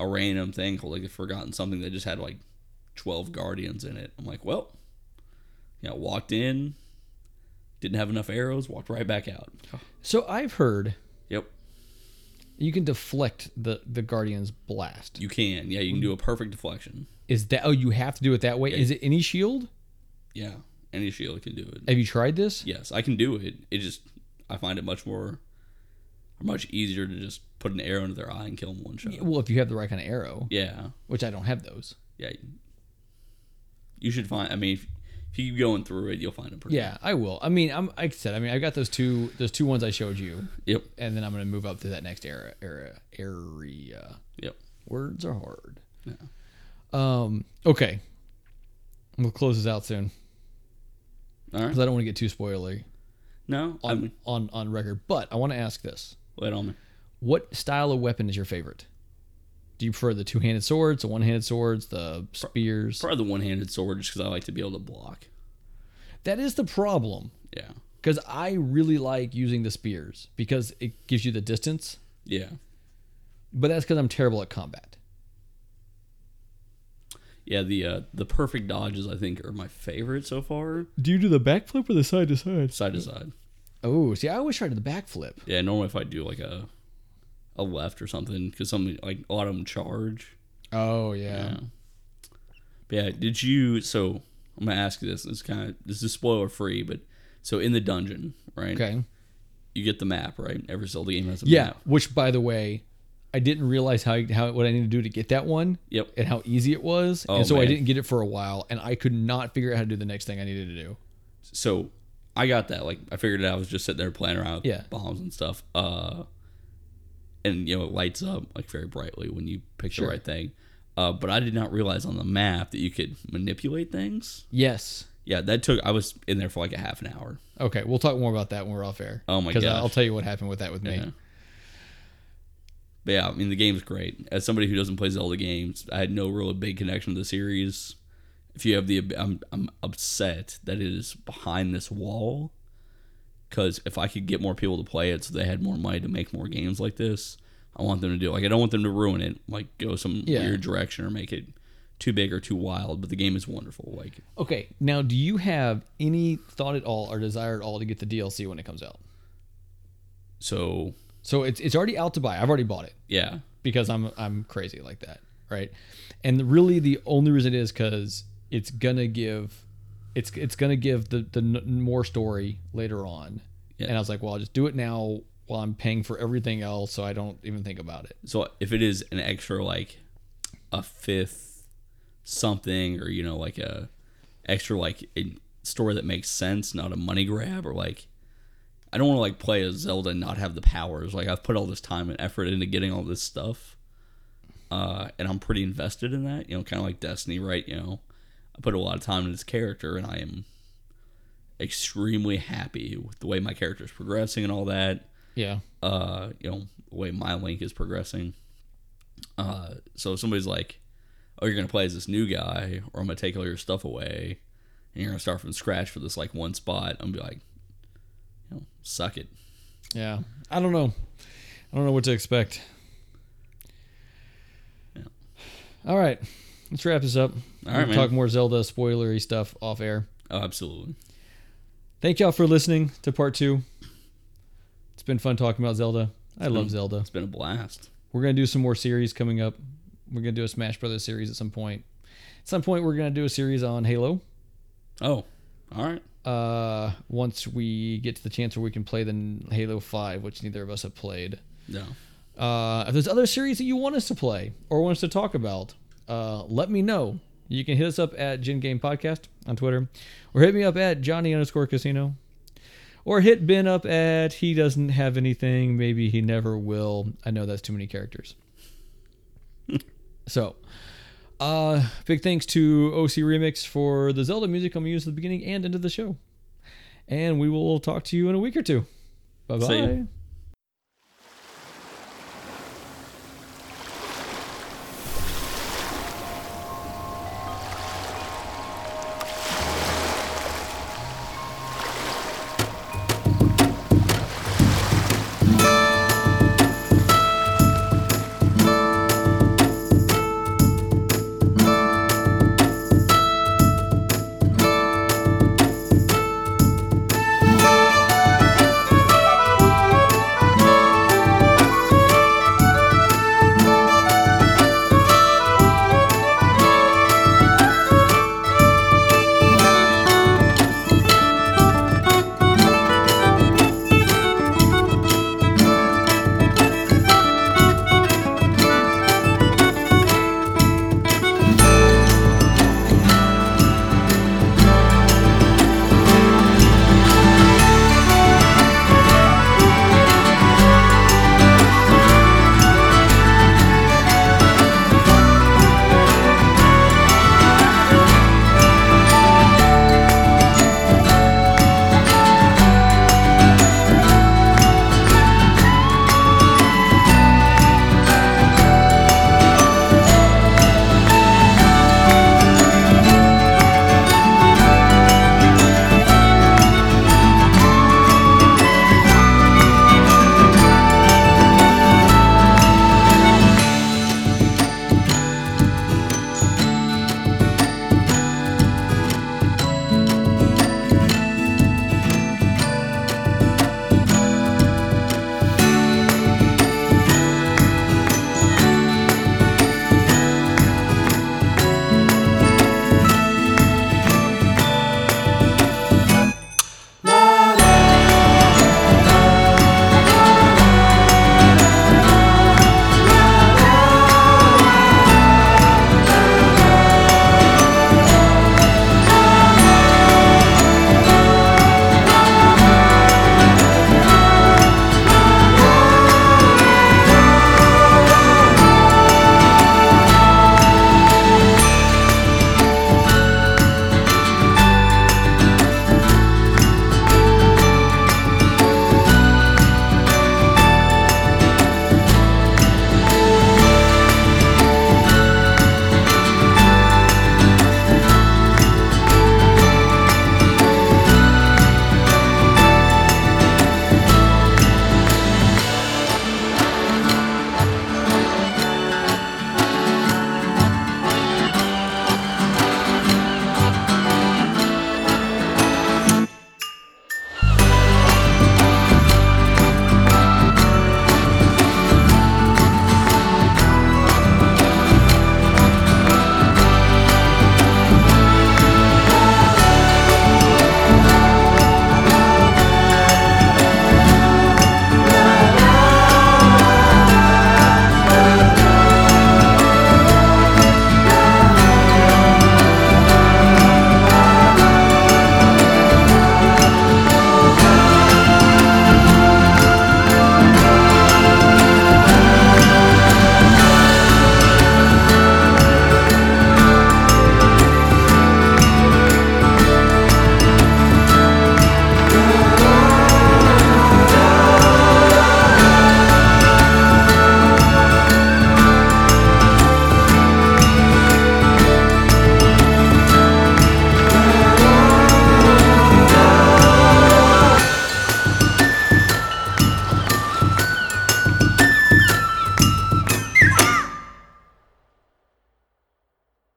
Speaker 2: a random thing called like the Forgotten Something that just had like twelve guardians in it. I'm like, well, you know, walked in, didn't have enough arrows, walked right back out.
Speaker 1: So I've heard
Speaker 2: Yep,
Speaker 1: you can deflect the the guardian's blast.
Speaker 2: you can. Yeah, you can do a perfect deflection.
Speaker 1: Is that oh you have to do it that way? Is it any shield?
Speaker 2: Yeah, any shield can do it.
Speaker 1: Have you tried this?
Speaker 2: Yes, I can do it. It just I find it much more or much easier to just put an arrow into their eye and kill them one shot. Yeah.
Speaker 1: Well, if you have the right kind of arrow,
Speaker 2: Yeah.
Speaker 1: which I don't have those.
Speaker 2: You should find I mean if, if you keep going through it, you'll find it pretty
Speaker 1: Yeah, I will. I mean, I'm like I said. I mean, I got those two those two ones I showed you,
Speaker 2: Yep.
Speaker 1: and then I'm gonna move up to that next era era area.
Speaker 2: Yep.
Speaker 1: Words are hard.
Speaker 2: Yeah.
Speaker 1: Um. Okay. We'll close this out soon
Speaker 2: All right.
Speaker 1: because I don't want to get too spoilery
Speaker 2: No,
Speaker 1: on,
Speaker 2: I'm
Speaker 1: on on record. But I want to ask this:
Speaker 2: wait on me.
Speaker 1: What style of weapon is your favorite? Do you prefer the two-handed swords, the one-handed swords, the spears?
Speaker 2: Probably the one-handed sword, just because I like to be able to block.
Speaker 1: that is the problem
Speaker 2: Yeah,
Speaker 1: because I really like using the spears because it gives you the distance.
Speaker 2: yeah,
Speaker 1: But that's because I'm terrible at combat.
Speaker 2: yeah. The uh, the perfect dodges I think are my favorite so far,
Speaker 1: Do you do the backflip or the side to side?
Speaker 2: side to side.
Speaker 1: Oh, see, I always try to do the backflip.
Speaker 2: Yeah, normally if I do like a a left or something, because something like a lot of them charge.
Speaker 1: Oh yeah.
Speaker 2: Yeah. Um, But yeah, did you? So I'm gonna ask you this. It's kind of this is spoiler free, but so in the dungeon, right?
Speaker 1: Okay.
Speaker 2: You get the map, right? Every Zelda game has a
Speaker 1: Yeah.
Speaker 2: map.
Speaker 1: Which, by the way, I didn't realize how how what I needed to do to get that one
Speaker 2: Yep. Oh,
Speaker 1: and how easy it was, and so I
Speaker 2: man.
Speaker 1: didn't get it for a while, and I could not figure out how to do the next thing I needed to do.
Speaker 2: so I got that. Like I figured it out. I was just sitting there playing around with
Speaker 1: Yeah.
Speaker 2: bombs and stuff. Uh, and you know it lights up like very brightly when you pick
Speaker 1: Sure.
Speaker 2: the right thing. Uh, but I did not realize on the map that you could manipulate things.
Speaker 1: Yes.
Speaker 2: Yeah, that took. I was in there for like a half an hour.
Speaker 1: Okay, we'll talk more about that when we're off air.
Speaker 2: Oh my
Speaker 1: Because uh,
Speaker 2: gosh. Uh-huh.
Speaker 1: I'll tell you what happened with that with me.
Speaker 2: Yeah. But yeah, I mean the game's great. As somebody who doesn't play Zelda games, I had no real big connection to the series. If you have the, I'm I'm upset that it is behind this wall. Because if I could get more people to play it, so they had more money to make more games like this, I want them to do. it. Like I don't want them to ruin it, like go some
Speaker 1: Yeah.
Speaker 2: weird direction or make it too big or too wild. But the game is wonderful. Like
Speaker 1: Okay, now do you have any thought at all or desire at all to get the DLC when it comes out?
Speaker 2: so,
Speaker 1: So it's it's already out to buy. I've already bought it
Speaker 2: yeah,
Speaker 1: because I'm I'm crazy like that, right? And the- really, the only reason it is because it's gonna give, it's it's gonna give the the n- more story later on.
Speaker 2: Yeah.
Speaker 1: And I was like, well, I'll just do it now while I'm paying for everything else, so I don't even think about it.
Speaker 2: So if it is an extra like a fifth something or you know like a extra like a story that makes sense, not a money grab or like I don't want to like play a Zelda and not have the powers. Like I've put all this time and effort into getting all this stuff. Uh, and I'm pretty invested in that, you know, kind of like Destiny, right? You know, I put a lot of time into this character, and I am extremely happy with the way my character is progressing and all that
Speaker 1: Yeah.
Speaker 2: uh, you know, the way my link is progressing. Uh, so if somebody's like, "Oh, you're gonna play as this new guy, or I'm gonna take all your stuff away, and you're gonna start from scratch for this like one spot," I'm gonna be like, "You know, suck it."
Speaker 1: Yeah. I don't know. I don't know what to expect.
Speaker 2: Yeah.
Speaker 1: All right. Let's wrap this up.
Speaker 2: All
Speaker 1: We
Speaker 2: right,
Speaker 1: can
Speaker 2: man.
Speaker 1: Talk more Zelda spoilery stuff off air.
Speaker 2: Oh, absolutely.
Speaker 1: Thank y'all for listening to part two. It's been fun talking about Zelda. I love Zelda.
Speaker 2: It's been a blast.
Speaker 1: We're gonna do some more series coming up. We're gonna do a Smash Brothers series at some point. At some point, we're gonna do a series on Halo.
Speaker 2: Oh, all right.
Speaker 1: Uh, once we get to the chance where we can play the n- Halo Five, which neither of us have played.
Speaker 2: No,
Speaker 1: Uh, if there's other series that you want us to play or want us to talk about, uh, let me know. You can hit us up at Gin Game Podcast on Twitter, or hit me up at Johnny underscore Casino, or hit Ben up at he doesn't have anything. Maybe he never will. I know that's too many characters. so, uh, big thanks to OC Remix for the Zelda music I'm gonna use at the beginning and end of the show, and we will talk to you in a week or two. Bye
Speaker 2: See ya.
Speaker 1: bye.